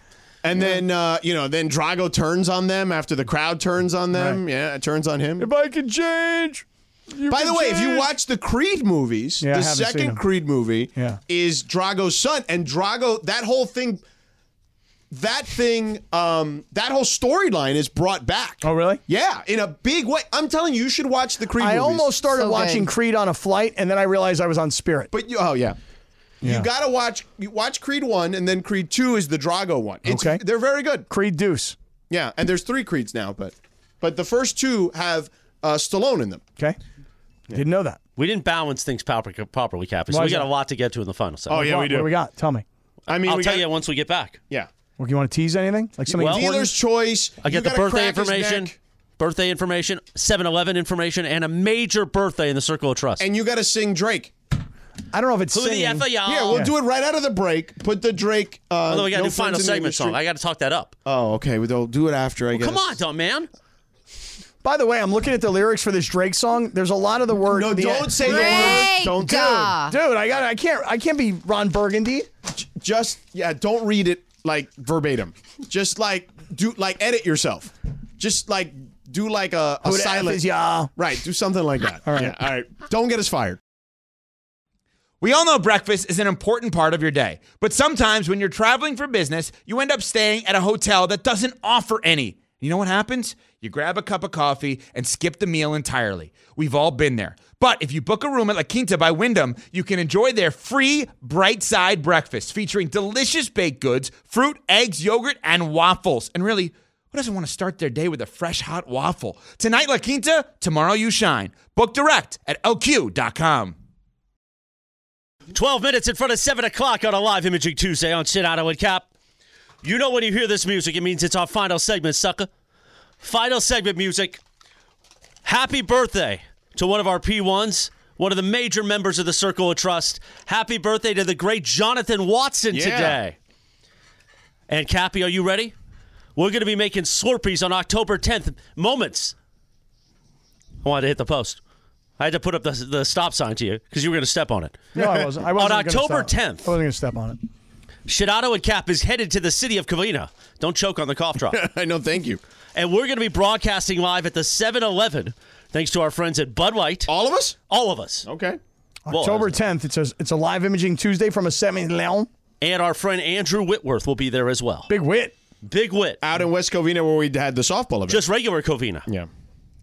Speaker 2: and then uh, you know, then Drago turns on them after the crowd turns on them.
Speaker 5: Right.
Speaker 2: Yeah, it turns on him.
Speaker 5: If I could change, you
Speaker 2: By
Speaker 5: could
Speaker 2: the way, if you
Speaker 5: change.
Speaker 2: watch the Creed movies,
Speaker 5: Yeah, I
Speaker 2: the
Speaker 5: haven't seen them.
Speaker 2: second Creed movie
Speaker 5: Yeah.
Speaker 2: is Drago's son, and Drago, that whole thing, that thing, um, that whole storyline is brought back.
Speaker 5: Oh, really?
Speaker 2: Yeah, in a big way. I'm telling you, you should watch the Creed.
Speaker 5: I
Speaker 2: movies.
Speaker 5: almost started
Speaker 4: So good.
Speaker 5: watching Creed on a flight, and then I realized I was on Spirit.
Speaker 2: but you, oh yeah.
Speaker 5: Yeah.
Speaker 2: You gotta watch you watch Creed one, and then Creed two is the Drago one. It's,
Speaker 5: Okay.
Speaker 2: they're very good.
Speaker 5: Creed Deuce.
Speaker 2: Yeah, and there's three Creeds now, but but the first two have uh, Stallone in them.
Speaker 5: Okay, didn't know that.
Speaker 1: We didn't balance things proper, properly, Cappy. So
Speaker 5: Why
Speaker 1: we
Speaker 5: is
Speaker 1: got a
Speaker 5: that?
Speaker 1: lot to get to in the final set.
Speaker 2: Oh, yeah.
Speaker 5: What-
Speaker 2: we do.
Speaker 5: What we got? Tell me.
Speaker 2: I mean,
Speaker 1: I'll
Speaker 2: we
Speaker 1: tell
Speaker 2: got-
Speaker 1: you once we get back.
Speaker 2: Yeah,
Speaker 5: Well, you want to tease anything? Like something
Speaker 1: Well-
Speaker 5: important?
Speaker 2: dealer's choice.
Speaker 1: I
Speaker 2: You
Speaker 1: get the
Speaker 2: gotta
Speaker 1: birthday
Speaker 2: crack his
Speaker 1: information,
Speaker 2: neck.
Speaker 1: birthday information, 7-Eleven information, and a major birthday in the Circle of Trust.
Speaker 2: and you got to sing Drake.
Speaker 5: I don't know if it's
Speaker 1: Who the
Speaker 5: singing.
Speaker 1: F are y'all?
Speaker 2: Yeah, we'll do it right out of the break. Put the Drake. Uh,
Speaker 1: Although Oh, we got to
Speaker 2: no
Speaker 1: do final
Speaker 2: Friends in the
Speaker 1: segment song.
Speaker 2: Industry-
Speaker 1: I got to talk that up.
Speaker 2: oh, okay. Well, they'll do it after. I guess.
Speaker 1: Come on, dumb man.
Speaker 5: By the way, I'm looking at the lyrics for this Drake song. There's a lot of the word.
Speaker 2: No,
Speaker 5: the-
Speaker 2: don't say the
Speaker 4: Drake,
Speaker 2: words. Don't
Speaker 4: duh.
Speaker 5: Dude, I got. I can't. I can't be Ron Burgundy.
Speaker 2: do. it. Just yeah. Don't read it like verbatim. Just like do like edit yourself. Just like do like a, a
Speaker 5: Who the F
Speaker 2: silent.
Speaker 5: is y'all?
Speaker 2: Right. Do something like that. all right. Yeah, all right. Don't get us fired.
Speaker 6: We all know breakfast is an important part of your day, but sometimes when you're traveling for business, you end up staying at a hotel that doesn't offer any. You know what happens? You grab a cup of coffee and skip the meal entirely. We've all been there. But if you book a room at La Quinta by Wyndham, you can enjoy their free bright side breakfast featuring delicious baked goods, fruit, eggs, yogurt, and waffles. And really, who doesn't want to start their day with a fresh hot waffle? Tonight, La Quinta, tomorrow you shine. Book direct at lq.com.
Speaker 1: 12 minutes in front of 7 o'clock on a live imaging Tuesday on Sit Out and Cap. You know when you hear this music, it means it's our final segment, sucker. Final segment music. Happy birthday to one of our P1s, one of the major members of the Circle of Trust. Happy birthday to the great Jonathan Watson
Speaker 2: Yeah.
Speaker 1: today. And Cappy, are you ready? We're going to be making Slurpees on October 10th. Moments. I wanted to hit the post. I had to put up the, the stop sign to you because you were going to step on it.
Speaker 5: No, I wasn't. I wasn't
Speaker 1: On
Speaker 5: gonna
Speaker 1: October
Speaker 5: stop.
Speaker 1: 10th.
Speaker 5: I wasn't going to step on it.
Speaker 1: Shadado and Cap is headed to the city of Covina. Don't choke on the cough drop.
Speaker 2: I know. Thank you.
Speaker 1: and we're going to be broadcasting live at the 7 Eleven, thanks to our friends at Bud Light.
Speaker 2: All of us.
Speaker 1: All of us.
Speaker 2: Okay.
Speaker 5: October 10th. It says it's a live imaging Tuesday from a semi Leon.
Speaker 1: And our friend Andrew Whitworth will be there as well.
Speaker 5: Big wit.
Speaker 1: Big wit.
Speaker 2: Out in West Covina where we had the softball event.
Speaker 1: Just regular Covina. Yeah.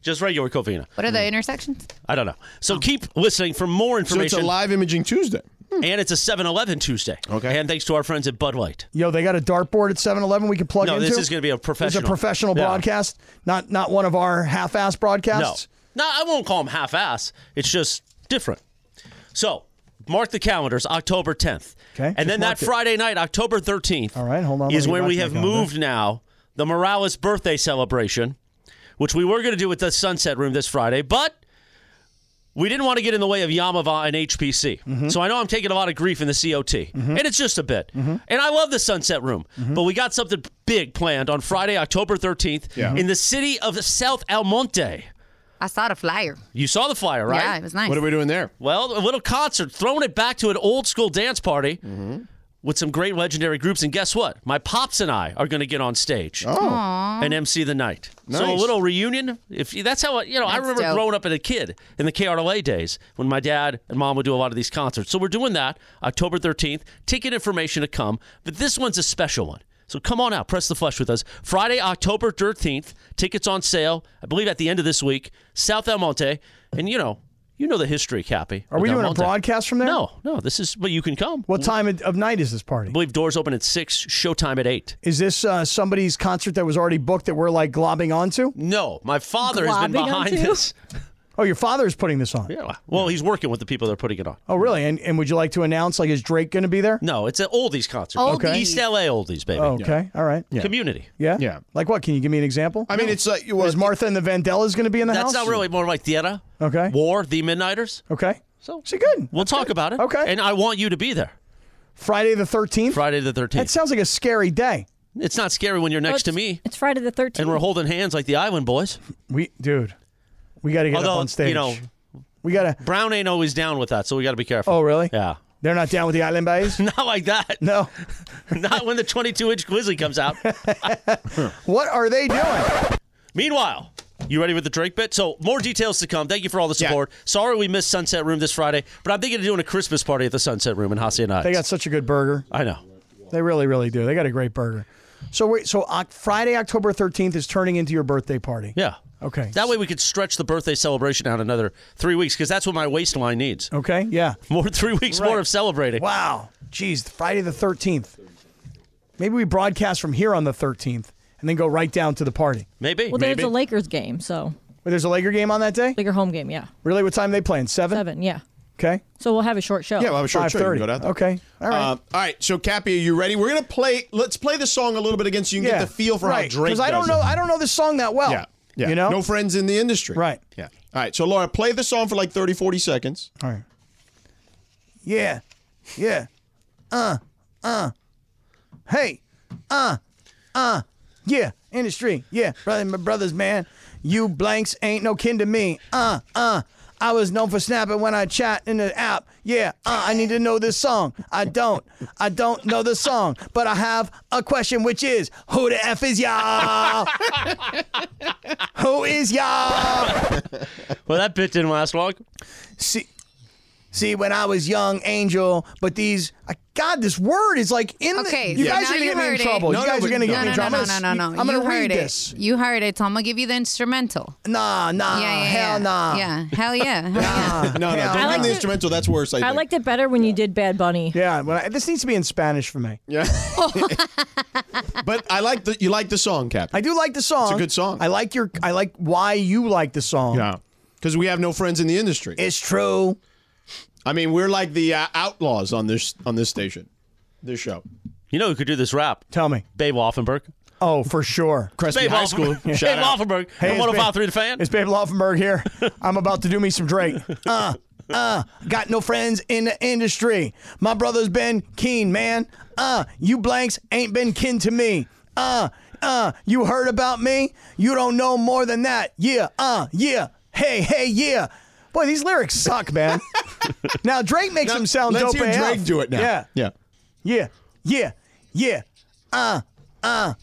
Speaker 1: Just regular Covina.
Speaker 4: What are the intersections?
Speaker 1: I don't know. So keep listening for more
Speaker 2: So
Speaker 1: information.
Speaker 2: it's a live imaging Tuesday.
Speaker 1: And it's a 7 Eleven Tuesday. Okay. And thanks to our friends at Bud Light.
Speaker 5: Yo, they got a dartboard at 7 Eleven we can plug
Speaker 1: No,
Speaker 5: into.
Speaker 1: this is gonna be a
Speaker 5: It's a
Speaker 1: professional.
Speaker 5: professional
Speaker 1: Yeah.
Speaker 5: broadcast, not not one of our half ass broadcasts.
Speaker 1: No. No, I won't call them half ass. It's just different. So mark the calendars October 10th.
Speaker 5: Okay, just
Speaker 1: And then
Speaker 5: mark
Speaker 1: that
Speaker 5: it.
Speaker 1: Friday night, October 13th.
Speaker 5: All right, hold on. let
Speaker 1: is
Speaker 5: me
Speaker 1: when
Speaker 5: get
Speaker 1: we
Speaker 5: back
Speaker 1: have
Speaker 5: to my calendar.
Speaker 1: moved now the Morales birthday celebration, which we were going to do at the Sunset Room this Friday, but we didn't want to get in the way of Yamava and HPC.
Speaker 5: Mm-hmm.
Speaker 1: So I know I'm taking a lot of grief in the COT, and it's just a bit.
Speaker 5: Mm-hmm.
Speaker 1: And I love the Sunset Room, but we got something big planned on Friday, October 13th,
Speaker 2: Yeah.
Speaker 1: in the city of South Almonte.
Speaker 4: I saw the flyer.
Speaker 1: You saw the flyer, right?
Speaker 4: Yeah, it was nice.
Speaker 2: What are we doing there?
Speaker 1: Well, a little concert, throwing it back to an old school dance party with some great legendary groups. And guess what? My pops and I are going to get on stage
Speaker 4: Oh.
Speaker 1: and MC the night. So a
Speaker 2: Nice.
Speaker 1: little reunion. If you- that's how I, you know, I
Speaker 4: That's
Speaker 1: remember
Speaker 4: dope.
Speaker 1: growing up as a kid in the KRLA days when my dad and mom would do a lot of these concerts. So we're doing that October 13th. Ticket information to come, but this one's a special one. So come on out, press the flesh with us. Friday, October 13th. Tickets on sale, I believe at the end of this week. South El Monte, and you know, you know the history, Cappy.
Speaker 5: Are
Speaker 1: with
Speaker 5: we
Speaker 1: El
Speaker 5: doing a
Speaker 1: Monte.
Speaker 5: broadcast from there?
Speaker 1: No, no. This is, but you can come.
Speaker 5: What time of- of night is this party?
Speaker 1: I believe doors open at six. Showtime at eight.
Speaker 5: Is this uh, somebody's concert that was already booked that we're like globbing onto?
Speaker 1: No, my father has been
Speaker 3: Globbing
Speaker 1: behind
Speaker 3: onto?
Speaker 1: this.
Speaker 5: Oh, your father is putting this on.
Speaker 1: Yeah. Well, he's working with the people that are putting it on.
Speaker 5: Oh, really? And and would you like to announce like is Drake going to be there?
Speaker 1: No, it's an oldies concert.
Speaker 4: Oldies.
Speaker 1: East LA oldies, baby.
Speaker 5: Oh, okay. All right. Yeah.
Speaker 1: Community.
Speaker 5: yeah.
Speaker 2: Yeah.
Speaker 5: Like what? Can you give me an example?
Speaker 2: I mean, it's uh, like well,
Speaker 5: is Martha and the Vandellas going to be in the
Speaker 1: That's
Speaker 5: house?
Speaker 1: not really more like theater.
Speaker 5: Okay.
Speaker 1: War, the Midnighters.
Speaker 5: Okay.
Speaker 1: So
Speaker 5: See, good.
Speaker 1: we'll talk about it.
Speaker 5: Okay.
Speaker 1: And I want you to be there
Speaker 5: Friday the 13th?
Speaker 1: Friday the 13th.
Speaker 5: That sounds like a scary day.
Speaker 1: it's not scary when you're next to me
Speaker 3: It's Friday the 13th.
Speaker 1: and we're holding hands like the Island Boys.
Speaker 5: We dude. We got to get up
Speaker 1: Although,
Speaker 5: on stage.
Speaker 1: you know,
Speaker 5: we got to
Speaker 1: Brown ain't always down with that, so we got to be careful.
Speaker 5: Oh, really?
Speaker 1: Yeah.
Speaker 5: They're not down with the Island Bays?
Speaker 1: Not like that.
Speaker 5: no.
Speaker 1: Not when the 22 inch Grizzly comes out.
Speaker 5: What are they doing?
Speaker 1: Meanwhile, you ready with the Drake bit? So more details to come. Thank you for all the support. Sorry we missed Sunset Room this Friday, but I'm thinking of doing a Christmas party at the Sunset Room in Hacienda Heights.
Speaker 5: They got such a good burger.
Speaker 1: I know.
Speaker 5: They really, really do. They got a great burger. So wait, so Oc- Friday, October 13th is turning into your birthday party.
Speaker 1: Yeah.
Speaker 5: Okay.
Speaker 1: That way we could stretch the birthday celebration out another three weeks because that's what my waistline needs.
Speaker 5: Okay. Yeah.
Speaker 1: More three weeks more of celebrating.
Speaker 5: Wow. Jeez, Friday the 13th. Maybe we broadcast from here on the 13th and then go right down to the party.
Speaker 1: Maybe.
Speaker 3: well, there's a Lakers game, so
Speaker 5: Wait, there's a Laker game on that day?
Speaker 3: Laker home game, yeah,
Speaker 5: Really? What time are they playing? Seven?
Speaker 3: seven, yeah.
Speaker 5: Okay.
Speaker 3: So we'll have a short show.
Speaker 2: yeah, we'll have a short show. You can
Speaker 5: 5:30.
Speaker 2: go down there.
Speaker 5: Okay. All right.
Speaker 2: Um, all right, so Cappy, are you ready? We're gonna play. Let's play the song a little bit again, so you can
Speaker 5: yeah.
Speaker 2: get the feel for
Speaker 5: right.
Speaker 2: how Drake.
Speaker 5: Because I don't
Speaker 2: does
Speaker 5: know
Speaker 2: it.
Speaker 5: I don't know this song that well.
Speaker 2: Yeah, yeah.
Speaker 5: You know?
Speaker 2: no friends in the industry.
Speaker 5: Right.
Speaker 2: Yeah. All right, so Laura, play the song for like 30, 40 seconds.
Speaker 5: All right. Yeah. Yeah. Uh. Uh. Hey. Uh. Uh. Yeah. Industry. Yeah. Brother, my brothers, man. You blanks ain't no kin to me. Uh. Uh. I was known for snapping when I chat in the app. Yeah, uh, I need to know this song. I don't. I don't know the song, but I have a question, which is, who the f is y'all? who is y'all?
Speaker 1: Well, that bit didn't last long.
Speaker 5: see see when I was young, Angel, but these I, God, this word is like in
Speaker 4: Okay,
Speaker 5: the you
Speaker 4: so
Speaker 5: guys
Speaker 4: now
Speaker 5: are gonna
Speaker 4: you
Speaker 5: get me in
Speaker 4: heard it.
Speaker 5: trouble.
Speaker 2: No,
Speaker 5: you
Speaker 2: no,
Speaker 5: guys
Speaker 2: but-
Speaker 5: are gonna
Speaker 2: No,
Speaker 5: get
Speaker 4: No,
Speaker 5: me
Speaker 4: no,
Speaker 5: in
Speaker 4: no,
Speaker 5: trouble.
Speaker 4: no,
Speaker 5: I'm gonna-
Speaker 4: no, no, no.
Speaker 5: I'm gonna
Speaker 4: you
Speaker 5: read
Speaker 4: heard
Speaker 5: this.
Speaker 4: it. You heard it. So I'm gonna give you the instrumental.
Speaker 5: Nah, nah,
Speaker 4: Yeah, yeah,
Speaker 5: hell
Speaker 4: yeah.
Speaker 5: nah.
Speaker 4: Yeah, hell yeah. Hell yeah.
Speaker 2: No, no,
Speaker 5: Nah, hell
Speaker 2: don't
Speaker 5: nah.
Speaker 2: give
Speaker 3: like
Speaker 2: him the
Speaker 3: to-
Speaker 2: instrumental. That's worse. I,
Speaker 3: I
Speaker 2: think.
Speaker 3: liked it better when you did Bad Bunny.
Speaker 5: Yeah, well, I- this needs to be in Spanish for me.
Speaker 2: Yeah. but I like the you like the song, Cap.
Speaker 5: I do like the song.
Speaker 2: good song.
Speaker 5: I like your. I like why you like the song.
Speaker 2: Yeah. Because we have no friends in the industry.
Speaker 5: It's true.
Speaker 2: I mean, we're like the uh, outlaws on this on this station, this show.
Speaker 1: You know who could do this rap?
Speaker 5: Tell me.
Speaker 1: Babe Offenberg.
Speaker 5: Oh, for sure.
Speaker 2: Crespi
Speaker 1: Babe
Speaker 2: High
Speaker 1: Offenberg.
Speaker 2: School.
Speaker 1: Babe
Speaker 2: Shout out.
Speaker 1: Offenberg.
Speaker 5: Hey,
Speaker 1: Hey,
Speaker 5: it's Babe-
Speaker 1: 1053 The Fan.
Speaker 5: It's Babe Laufenberg here. I'm about to do me some Drake. Uh, uh, got no friends in the industry. My brother's been keen, man. Uh, you blanks ain't been kin to me. Uh, uh, you heard about me? You don't know more than that. Yeah, uh, yeah. Hey, hey, yeah. Boy, these lyrics suck, man. now Drake makes them sound
Speaker 2: Let's
Speaker 5: dope.
Speaker 2: hear
Speaker 5: AF.
Speaker 2: Drake do it now.
Speaker 5: Yeah,
Speaker 2: Yeah.
Speaker 5: yeah, yeah, yeah. Uh, uh.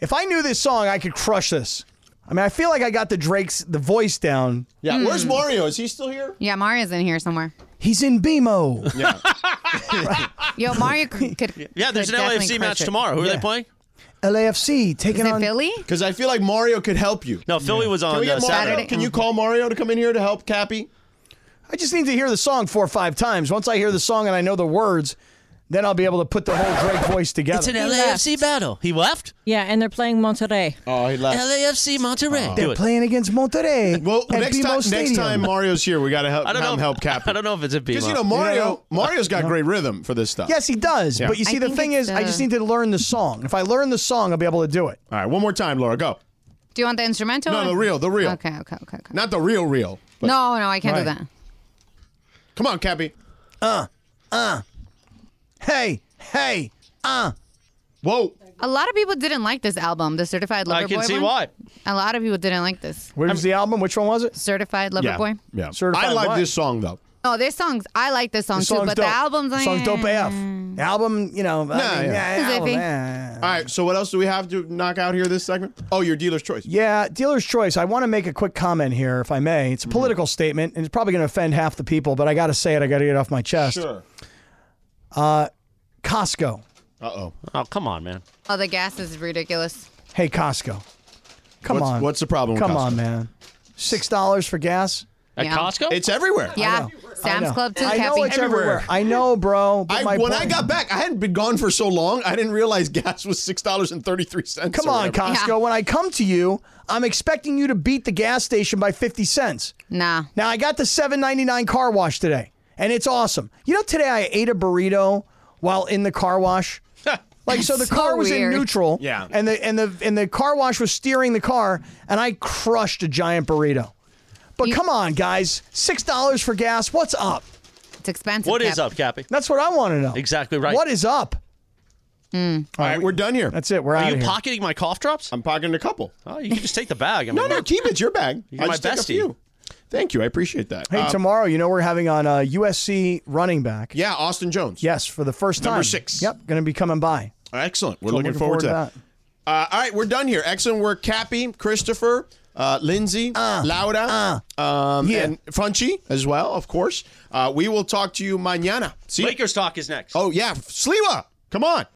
Speaker 5: If I knew this song, I could crush this. I mean, I feel like I got the Drake's the voice down.
Speaker 2: Yeah, where's Mario? Is he still here?
Speaker 4: Yeah, Mario's in here somewhere.
Speaker 5: He's in BMO.
Speaker 2: Yeah.
Speaker 4: Yo, Mario could. could
Speaker 1: Yeah, there's
Speaker 4: could
Speaker 1: an
Speaker 4: definitely
Speaker 1: LAFC match
Speaker 4: crush it.
Speaker 1: tomorrow. Who are
Speaker 5: Yeah.
Speaker 1: they playing?
Speaker 5: LAFC
Speaker 4: Is
Speaker 5: taking
Speaker 4: it
Speaker 5: on
Speaker 4: Philly?
Speaker 2: Because I feel like Mario could help you.
Speaker 1: No, Philly was on
Speaker 2: Can we get
Speaker 1: uh,
Speaker 2: Mario?
Speaker 1: Saturday.
Speaker 2: Can you call Mario to come in here to help Cappy?
Speaker 5: I just need to hear the song four or five times. Once I hear the song and I know the words, then I'll be able to put the whole Drake voice together.
Speaker 1: It's an
Speaker 3: He
Speaker 1: LAFC battle. He left?
Speaker 3: Yeah, and they're playing Monterrey.
Speaker 2: Oh, he left.
Speaker 1: LAFC Monterrey. Do
Speaker 5: They're
Speaker 1: it.
Speaker 5: playing against Monterrey.
Speaker 2: Well,
Speaker 5: at
Speaker 2: next
Speaker 5: BMO
Speaker 2: time, next
Speaker 5: Stadium.
Speaker 2: time Mario's here, we got to help
Speaker 1: I don't know.
Speaker 2: him
Speaker 1: if-
Speaker 2: help Cappy.
Speaker 1: I don't know if it's a B.
Speaker 2: Because you know Mario, Mario's got great rhythm for this stuff.
Speaker 5: Yes, he does.
Speaker 2: Yeah.
Speaker 5: But you
Speaker 4: I
Speaker 5: see, the
Speaker 4: think
Speaker 5: thing is,
Speaker 4: it's,
Speaker 5: I just
Speaker 4: uh,
Speaker 5: need to learn the song. If I learn the song, I'll be able to do it.
Speaker 2: All right, one more time, Laura, go.
Speaker 4: Do you want the instrumental?
Speaker 2: No,
Speaker 4: or-
Speaker 2: the real, the real.
Speaker 4: Okay, okay, okay, okay.
Speaker 2: Not the real, real. but-
Speaker 4: no, no, I can't do
Speaker 5: Right.
Speaker 4: that.
Speaker 2: Come on, Cappy.
Speaker 5: Hey, hey,
Speaker 2: Whoa.
Speaker 4: A lot of people didn't like this album, the Certified Lover
Speaker 1: I can
Speaker 4: Boy
Speaker 1: see
Speaker 4: one.
Speaker 1: why.
Speaker 4: A lot of people didn't like this
Speaker 5: where's the album? Which one was it?
Speaker 4: Certified Lover
Speaker 2: yeah.
Speaker 4: Boy.
Speaker 2: Yeah.
Speaker 5: Certified
Speaker 2: I like
Speaker 5: what?
Speaker 2: this song though.
Speaker 4: Oh, there's songs. I like this song
Speaker 5: The
Speaker 4: too,
Speaker 5: song's
Speaker 4: but
Speaker 5: dope.
Speaker 4: the album's like
Speaker 5: song's dope AF. The album, you know, I
Speaker 2: Nah,
Speaker 5: mean,
Speaker 2: yeah.
Speaker 5: yeah,
Speaker 4: It's
Speaker 5: album,
Speaker 4: iffy.
Speaker 5: yeah.
Speaker 2: All right, so what else do we have to knock out here this segment? Oh, your dealer's choice.
Speaker 5: Yeah, dealer's choice. I want to make a quick comment here, if I may.
Speaker 2: Mm-hmm.
Speaker 5: It's a political statement, and it's probably going to offend half the people, but I got to say it. I got to get it off my chest.
Speaker 2: Sure.
Speaker 5: Costco.
Speaker 2: Uh-oh.
Speaker 1: Oh, come on, man.
Speaker 4: Oh, the gas is ridiculous.
Speaker 5: Hey, Costco. Come
Speaker 2: What's-
Speaker 5: on.
Speaker 2: what's the problem with
Speaker 5: Come
Speaker 2: Costco?
Speaker 5: on, man. Six dollars for gas.
Speaker 1: At
Speaker 4: Yeah.
Speaker 1: Costco?
Speaker 2: It's everywhere.
Speaker 4: Yeah, Sam's
Speaker 5: No.
Speaker 4: Club too.
Speaker 5: I know
Speaker 4: Cappy.
Speaker 5: it's everywhere. I know, bro. but
Speaker 2: I,
Speaker 5: my
Speaker 2: when I
Speaker 5: point-
Speaker 2: got back, I hadn't been gone for so long. I didn't realize gas was six dollars and thirty three cents.
Speaker 5: Come on, Costco.
Speaker 4: Yeah.
Speaker 5: When I come to you, I'm expecting you to beat the gas station by 50 cents.
Speaker 4: Nah.
Speaker 5: Now I got the 7.99 car wash today, and it's awesome. You know, today I ate a burrito while in the car wash. Like so, the
Speaker 4: So
Speaker 5: car was
Speaker 4: weird.
Speaker 5: in neutral,
Speaker 2: Yeah.
Speaker 5: and the and the and the car wash was steering the car, and I crushed a giant burrito. But come on, guys, six dollars for gas. What's up?
Speaker 4: It's expensive.
Speaker 1: What is
Speaker 4: Cappy.
Speaker 1: up, Cappy?
Speaker 5: That's what I want to know.
Speaker 1: Exactly right.
Speaker 5: What is up?
Speaker 2: All right, we're done here.
Speaker 5: That's it. We're
Speaker 1: Are
Speaker 5: out
Speaker 1: you
Speaker 5: of here.
Speaker 1: pocketing my cough drops?
Speaker 2: I'm pocketing a couple.
Speaker 1: Oh, you can just take the bag. I mean,
Speaker 2: No, no, keep it. Your bag.
Speaker 1: You're
Speaker 2: I
Speaker 1: my
Speaker 2: just take a
Speaker 1: bestie.
Speaker 2: few. Thank you. I appreciate that.
Speaker 5: hey,
Speaker 2: Uh,
Speaker 5: tomorrow, you know we're having on uh, USC running back.
Speaker 2: yeah, Austin Jones.
Speaker 5: Yes, for the first time.
Speaker 2: Number six.
Speaker 5: Yep, going to be coming by.
Speaker 2: Excellent. We're
Speaker 5: So I'm
Speaker 2: looking, forward, to that.
Speaker 5: that.
Speaker 2: Uh, all right, we're done here. Excellent work, Cappy, Christopher, uh, Lindsay, Laura, um,
Speaker 5: Yeah.
Speaker 2: and Funchy as well, of course. Uh, we will talk to you mañana. See?
Speaker 1: Lakers talk is next.
Speaker 2: Oh, yeah. Sliwa. Come on.